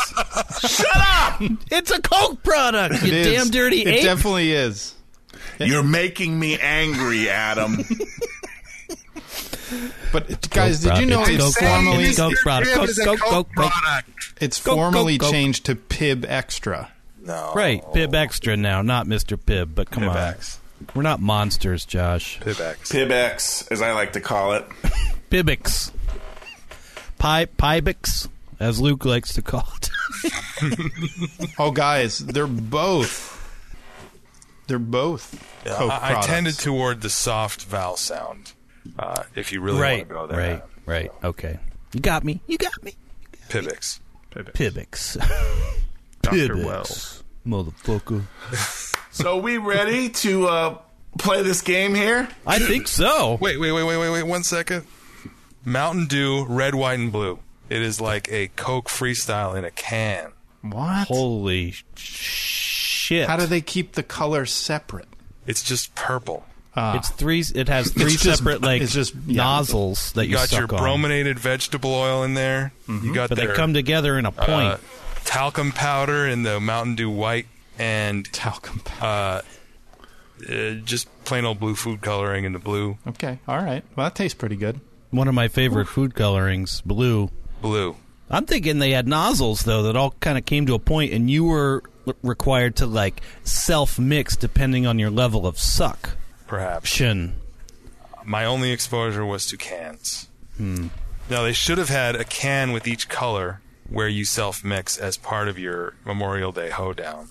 S3: shut up!
S2: it's a Coke product. You
S5: It is.
S2: damn dirty
S5: It
S2: ape.
S5: definitely is.
S3: You're making me angry, Adam.
S5: But it- guys, did you know
S2: product.
S5: it's
S2: It's Coke
S5: formally
S2: product. Coke product.
S4: Pibb is a
S2: Coke, Coke, Coke.
S4: product.
S5: it's
S2: Coke,
S5: formally
S2: Coke, Coke.
S5: changed to Pib Extra?
S4: No.
S2: Right, Pib Extra now, not Mr. Pib, but come
S4: Pibb
S2: on.
S4: X.
S2: We're not monsters, Josh.
S4: Pibb X.
S3: Pibex, as I like to call it.
S2: Pibix. Pi- Pibix, as Luke likes to call it.
S5: Oh, guys, they're both. They're both. Coke
S4: I, I
S5: products.
S4: tended toward the soft vowel sound. Uh, if you really
S2: right,
S4: want to go there,
S2: right, right. Okay. You got me. You got me.
S4: Pivx.
S2: Pibix.
S4: Dr.
S2: Pibix.
S4: Wells.
S2: Motherfucker.
S3: So we ready to uh, play this game here?
S2: I think so.
S4: Wait, wait, wait, wait, wait, wait. One second. Mountain Dew, red, white, and blue. It is like a Coke freestyle in a can.
S5: What?
S2: Holy sh- shit.
S5: How do they keep the colors separate?
S4: It's just purple.
S2: Ah. It's three. It has three
S5: It's just-
S2: separate like
S5: it's just- yeah.
S2: nozzles that
S4: You,
S2: you,
S4: got your
S2: suck on. Mm-hmm.
S4: brominated vegetable oil in there. You got
S2: but they
S4: their,
S2: come together in a point.
S4: uh, talcum powder in the Mountain Dew white and
S5: Talcum.
S4: uh,
S5: powder.
S4: uh, just plain old blue food coloring in the blue.
S5: Okay, all right. Well, that tastes pretty good.
S2: One of my favorite food colorings, blue.
S4: Blue.
S2: I'm thinking they had nozzles though that all kind of came to a point, and you were l- required to like self mix depending on your level of suck.
S4: Perhaps.
S2: Shin.
S4: My only exposure was to cans.
S3: Hmm.
S4: Now they should have had a can with each color where you self mix as part of your Memorial Day hoedown.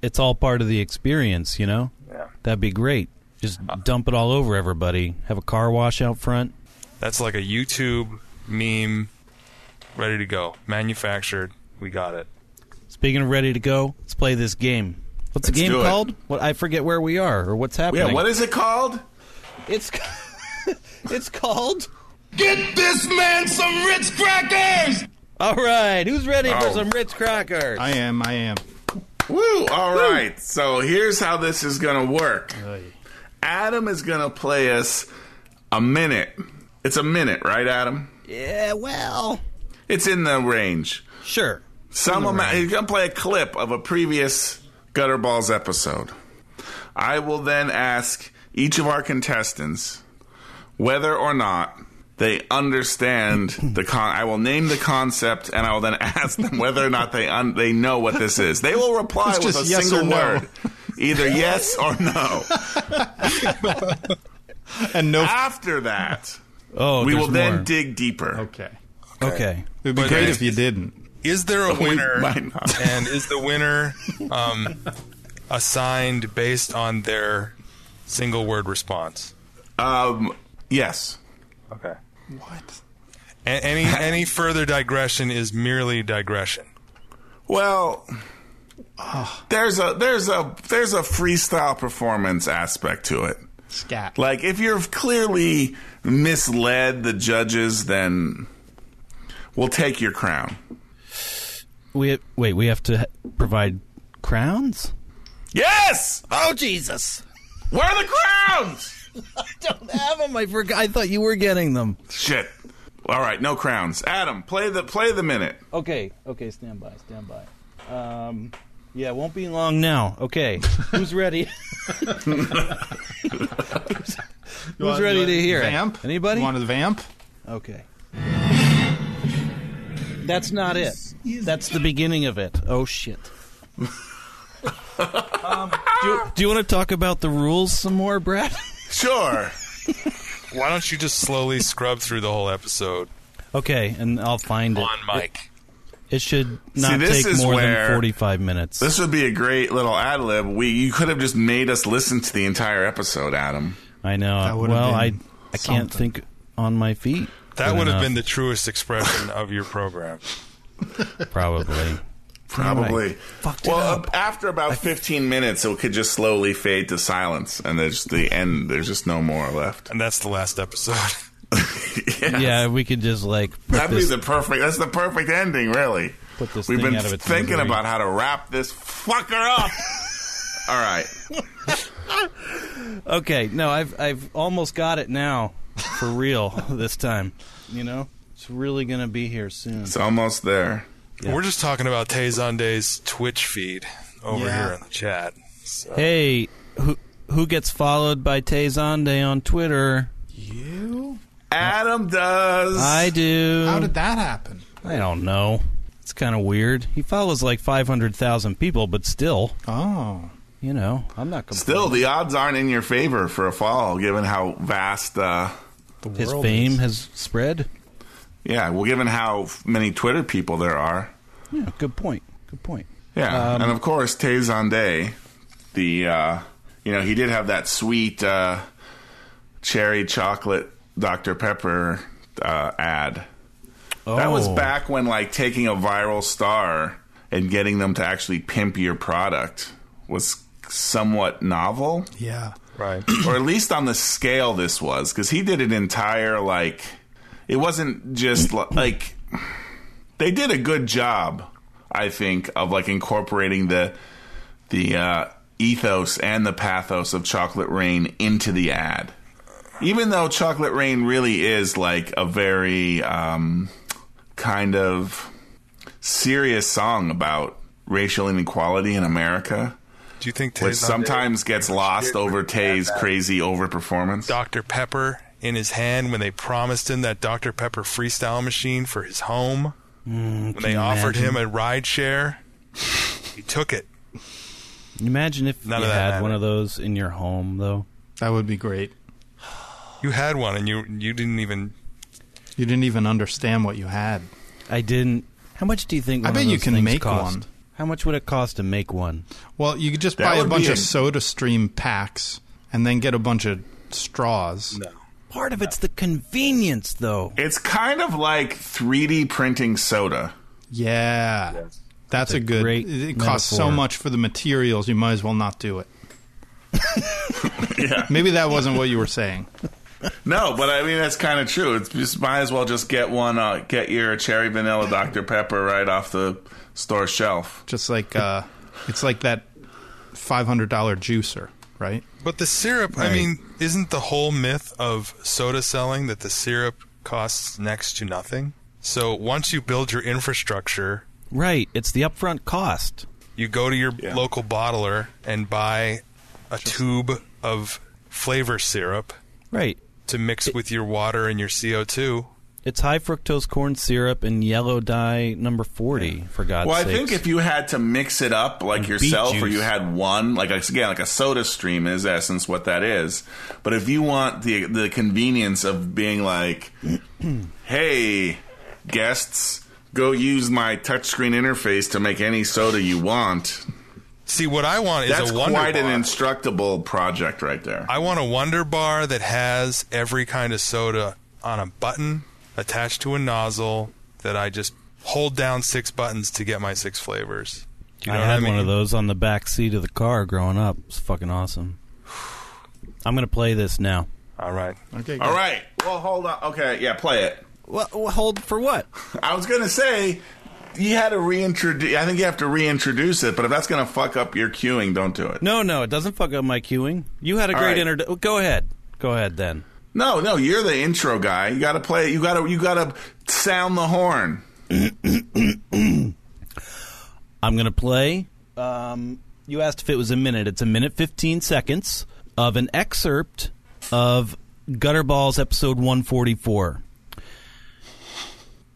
S2: It's all part of the experience, you know.
S4: Yeah.
S2: That'd be great. Just dump it all over everybody. Have a car wash out front.
S4: That's like a YouTube meme, ready to go, manufactured. We got it.
S2: Speaking of ready to go, let's play this game. What's the
S3: Let's
S2: game
S3: do it.
S2: called? What I forget where we are or what's happening.
S3: Yeah, what is it called?
S2: It's it's called.
S1: Get this man some Ritz crackers!
S2: All right, who's ready for
S3: Oh.
S2: some Ritz crackers?
S5: I am. I am.
S3: Woo! All right. So here's how this is going to work Adam is going to play us a minute. It's a minute, right, Adam?
S2: yeah, well,
S3: It's in the range.
S2: sure.
S3: Some amount. He's going to play a clip of a previous Gutter Balls episode. I will then ask each of our contestants whether or not they understand the con. I will name the concept, and I will then ask them whether or not they un- they know what this is. They will reply
S5: It's
S3: with
S5: just
S3: a
S5: yes
S3: single
S5: or no.
S3: word, either yes or no.
S5: And no.
S3: After that,
S2: Oh,
S3: we
S2: there's
S3: will then
S2: more.
S3: dig deeper.
S5: okay.
S2: okay.
S5: It would be
S4: But
S5: great
S4: I-
S5: if you didn't.
S4: Is there a
S3: We
S4: winner?
S3: might not.
S4: and is the winner um, assigned based on their single word response?
S3: Um, yes.
S4: Okay.
S5: What?
S4: A- any any further digression is merely digression.
S3: Well, there's a there's a there's a freestyle performance aspect to it.
S5: Scat.
S3: Like if you're clearly misled the judges, then we'll take your crown.
S2: We wait. We have to ha- provide crowns.
S3: Yes,
S2: Oh Jesus!
S3: where are the crowns?
S2: Don't have them. I forgot. I thought you were getting them.
S3: Shit. All right, no crowns. Adam, play the play the minute.
S2: Okay. Okay. Stand by. Stand by. Um. Yeah, won't be long now. Okay, who's ready? who's ready to hear
S5: vamp?
S2: it? Anybody?
S5: You want a vamp?
S2: Okay. That's not it. That's the beginning of it. Oh shit. um, do, do you want to talk about the rules some more, Brad?
S3: Sure.
S4: Why don't you just slowly scrub through the whole episode
S2: Okay, and I'll find it.
S4: on mic?
S2: It should not
S3: this
S2: take
S3: is
S2: more
S3: where-
S2: than 45 minutes.
S3: This would be a great little ad lib. We you could have just made us listen to the entire episode, Adam.
S2: I know.
S5: That would've
S2: well, I
S5: been
S2: I can't
S5: something.
S2: think on my feet.
S4: That
S2: good
S4: would have
S2: enough,
S4: been the truest expression of your program.
S2: probably.
S3: Probably.
S2: Fucked it
S3: well,
S2: up.
S3: uh, after about 15 minutes, it could just slowly fade to silence, and there's the end. There's just no more left.
S4: And that's the last episode.
S3: Yes.
S2: yeah, we could just like put
S3: That'd
S2: this-
S3: be the perfect. That's the perfect ending, really.
S2: Put this
S3: We've
S2: thing
S3: been
S2: out of its
S3: thinking
S2: misery.
S3: about how to wrap this fucker up. All right.
S2: Okay, no, I've I've almost got it now, for real this time. You know, it's really gonna be here soon.
S3: It's almost there.
S4: We're just talking about Tezande's Twitch feed over
S5: Yeah.
S4: here in the chat. So,
S2: Hey, who who gets followed by Tezande on Twitter?
S3: Adam does.
S2: I do.
S5: How did that happen?
S2: I don't know. It's kind of weird. He follows like five hundred thousand people, but still,
S5: Oh,
S2: you know, I'm not complaining.
S3: Still, the odds aren't in your favor for a fall, given how vast. Uh,
S5: the
S2: his
S5: world
S2: fame
S5: is-
S2: has spread.
S3: yeah, well, given how many Twitter people there are.
S2: Yeah, good point. Good point.
S3: Yeah, and of course Tezande, the uh, you know he did have that sweet uh, cherry chocolate Dr Pepper uh, ad. That was
S2: Oh.
S3: back when like taking a viral star and getting them to actually pimp your product was somewhat novel,
S5: Yeah.
S4: right.
S3: or at least on the scale this was, because he did an entire like it wasn't just li- like they did a good job, I think, of like incorporating the the uh, ethos and the pathos of Chocolate Rain into the ad. Even though Chocolate Rain really is like a very um, kind of serious song about racial inequality in America,
S4: Do you think
S3: which
S4: Tezande
S3: sometimes gets lost over Tay's crazy overperformance.
S4: Dr. Pepper in his hand when they promised him that Dr. Pepper freestyle machine for his home? when they offered him a ride share, he took it.
S2: Imagine if
S4: None
S2: you
S4: of that
S2: had
S4: mattered.
S2: one of those in your home, though.
S5: That would be great.
S4: You had one and you you didn't even
S5: You didn't even understand what you had.
S2: I didn't. How much do you think?
S5: I
S2: one
S5: bet
S2: of
S5: you
S2: those
S5: can
S2: things
S5: make
S2: cost?
S5: one.
S2: How much would it cost to make one?
S5: Well, you could just
S3: That
S5: buy a
S3: would
S5: bunch
S3: be
S5: of
S3: a-
S5: soda stream packs and then get a bunch of straws.
S2: Part of it's the convenience, though.
S3: It's kind of like 3D printing soda.
S5: Yeah. That's,
S2: a
S5: a, good.
S2: great
S5: it it costs so
S2: metaphor.
S5: much for the materials, you might as well not do it. Maybe that wasn't what you were saying.
S3: No, but I mean that's kind of true. It's just might as well just get one. Uh, get your cherry vanilla Dr Pepper right off the store shelf.
S5: Just like uh, it's like that five hundred dollar juicer, right?
S4: But the syrup, I
S3: Right.
S4: mean, isn't the whole myth of soda selling that the syrup costs next to nothing? So once you build your infrastructure,
S2: Right. It's the upfront cost.
S4: you go to your
S3: Yeah.
S4: local bottler and buy a tube of flavor syrup
S2: Right.
S4: to mix with your water and your CO2.
S2: It's high fructose corn syrup and yellow dye number forty. For God's
S3: Well, I
S2: sake.
S3: think if you had to mix it up like
S2: beet
S3: yourself, or
S2: juice.
S3: you had one, like again, like a soda stream is essence what that is. But if you want the the convenience of being like, hey, guests, go use my touchscreen interface to make any soda you want.
S4: See, what I want is
S3: That's
S4: a wonder
S3: quite an
S4: bar.
S3: instructable project right there.
S4: I want a Wonder Bar that has every kind of soda on a button attached to a nozzle that I just hold down six buttons to get my six flavors. Do you know
S2: I
S4: what
S2: had
S4: I mean?
S2: one of those on the back seat of the car growing up. It's fucking awesome. I'm gonna play this now.
S4: All right.
S5: Okay.
S3: All right. Well, hold on. Okay, yeah, play it.
S2: What? Hold for what?
S3: I was gonna say you had to reintroduce. I think you have to reintroduce it. But if that's gonna fuck up your queuing, don't do it.
S2: No, no, it doesn't fuck up my queuing. You had a
S3: All
S2: great
S3: right.
S2: introduction. Go ahead. Go ahead then.
S3: no, no. You're the intro guy. You gotta play. it. You gotta. You gotta sound the horn.
S2: I'm going to play. Um, you asked if it was a minute. It's a minute 15 seconds of an excerpt of Gutterballs episode 144.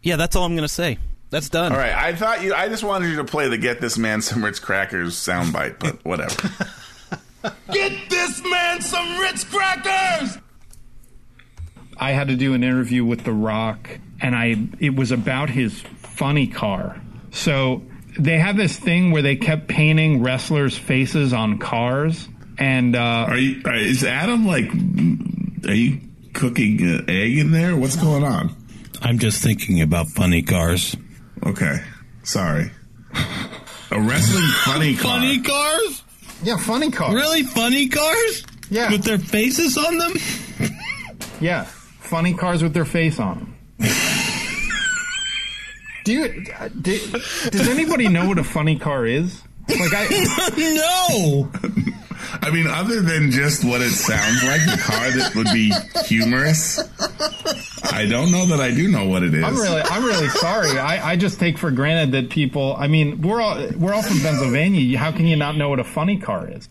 S2: Yeah, that's all I'm going to say. That's done.
S3: All right. I thought you. I just wanted you to play the "Get This Man Some Ritz Crackers" soundbite, but whatever.
S1: Get this man some Ritz crackers!
S5: I had to do an interview with The Rock, and I it was about his funny car. So they had this thing where they kept painting wrestlers' faces on cars, and uh,
S7: Are you? Are, is Adam like? Are you cooking
S3: uh,
S7: an egg in there? What's going on?
S2: I'm just thinking about funny cars.
S7: Okay, sorry. A wrestling funny car.
S2: Funny cars?
S5: yeah, funny cars.
S2: Really funny cars?
S5: Yeah.
S2: With their faces on them?
S5: Yeah, funny cars with their face on them. do you? uh, Do, does anybody know what a funny car is? Like I,
S2: no.
S7: I mean, other than just what it sounds like, the car that would be humorous. I don't know that I do know what it is.
S5: I'm really, I'm really sorry. I, I just take for granted that people. I mean, we're all we're all from Pennsylvania. How can you not know what a funny car is?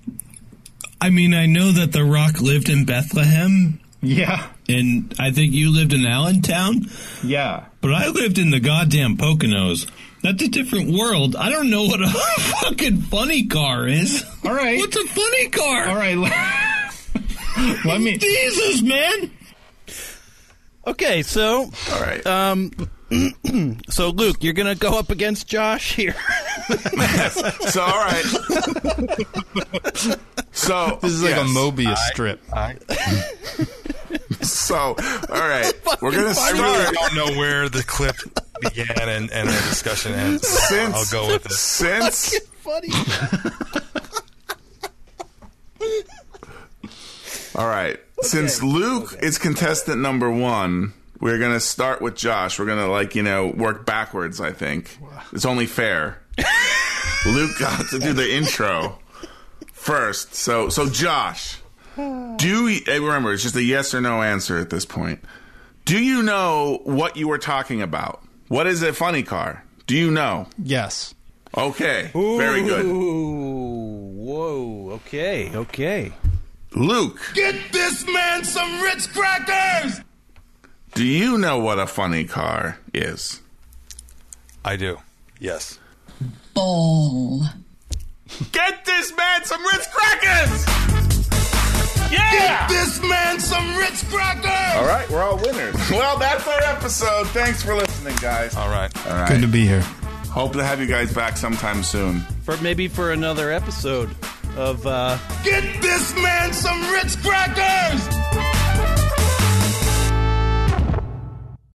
S2: I mean, I know that The Rock lived in Bethlehem,
S5: Yeah,
S2: and I think you lived in Allentown,
S5: yeah.
S2: but I lived in the goddamn Poconos. That's a different world. I don't know what a fucking funny car is.
S5: All right.
S2: What's a funny car?
S5: All right, let- let me.
S2: Jesus, man.
S8: Okay, so
S3: All right.
S8: um, so Luke, you're gonna go up against Josh here.
S3: so all right. so
S9: This is like
S3: yes.
S9: a Mobius strip.
S3: So all right, we're gonna
S4: I really
S3: start.
S4: don't know where the clip began and, and our discussion ends.
S3: Since
S4: I'll go with this.
S3: since
S8: Funny.
S3: all right, since Luke is contestant number one, we're gonna start with Josh. We're gonna like you know work backwards. I think it's only fair. Luke got to do the intro first. So so Josh, do you, eh, remember it's just a yes or no answer at this point. Do you know what you were talking about? What is a funny car? Do you know?
S9: Yes.
S3: Okay, very good.
S8: Ooh, whoa. Okay, okay.
S3: Luke,
S10: Get this man some Ritz crackers!
S3: do you know what a funny car is?
S4: I do. Yes.
S11: Ball.
S3: Get this man some Ritz crackers!
S10: Get this man some Ritz crackers!
S3: All right, we're all winners. Well, that's our episode. Thanks for listening, guys.
S4: All right.
S3: All right.
S9: Good to be here.
S3: Hope to have you guys back sometime soon.
S8: For maybe for another episode of uh
S10: Get this man some Ritz crackers!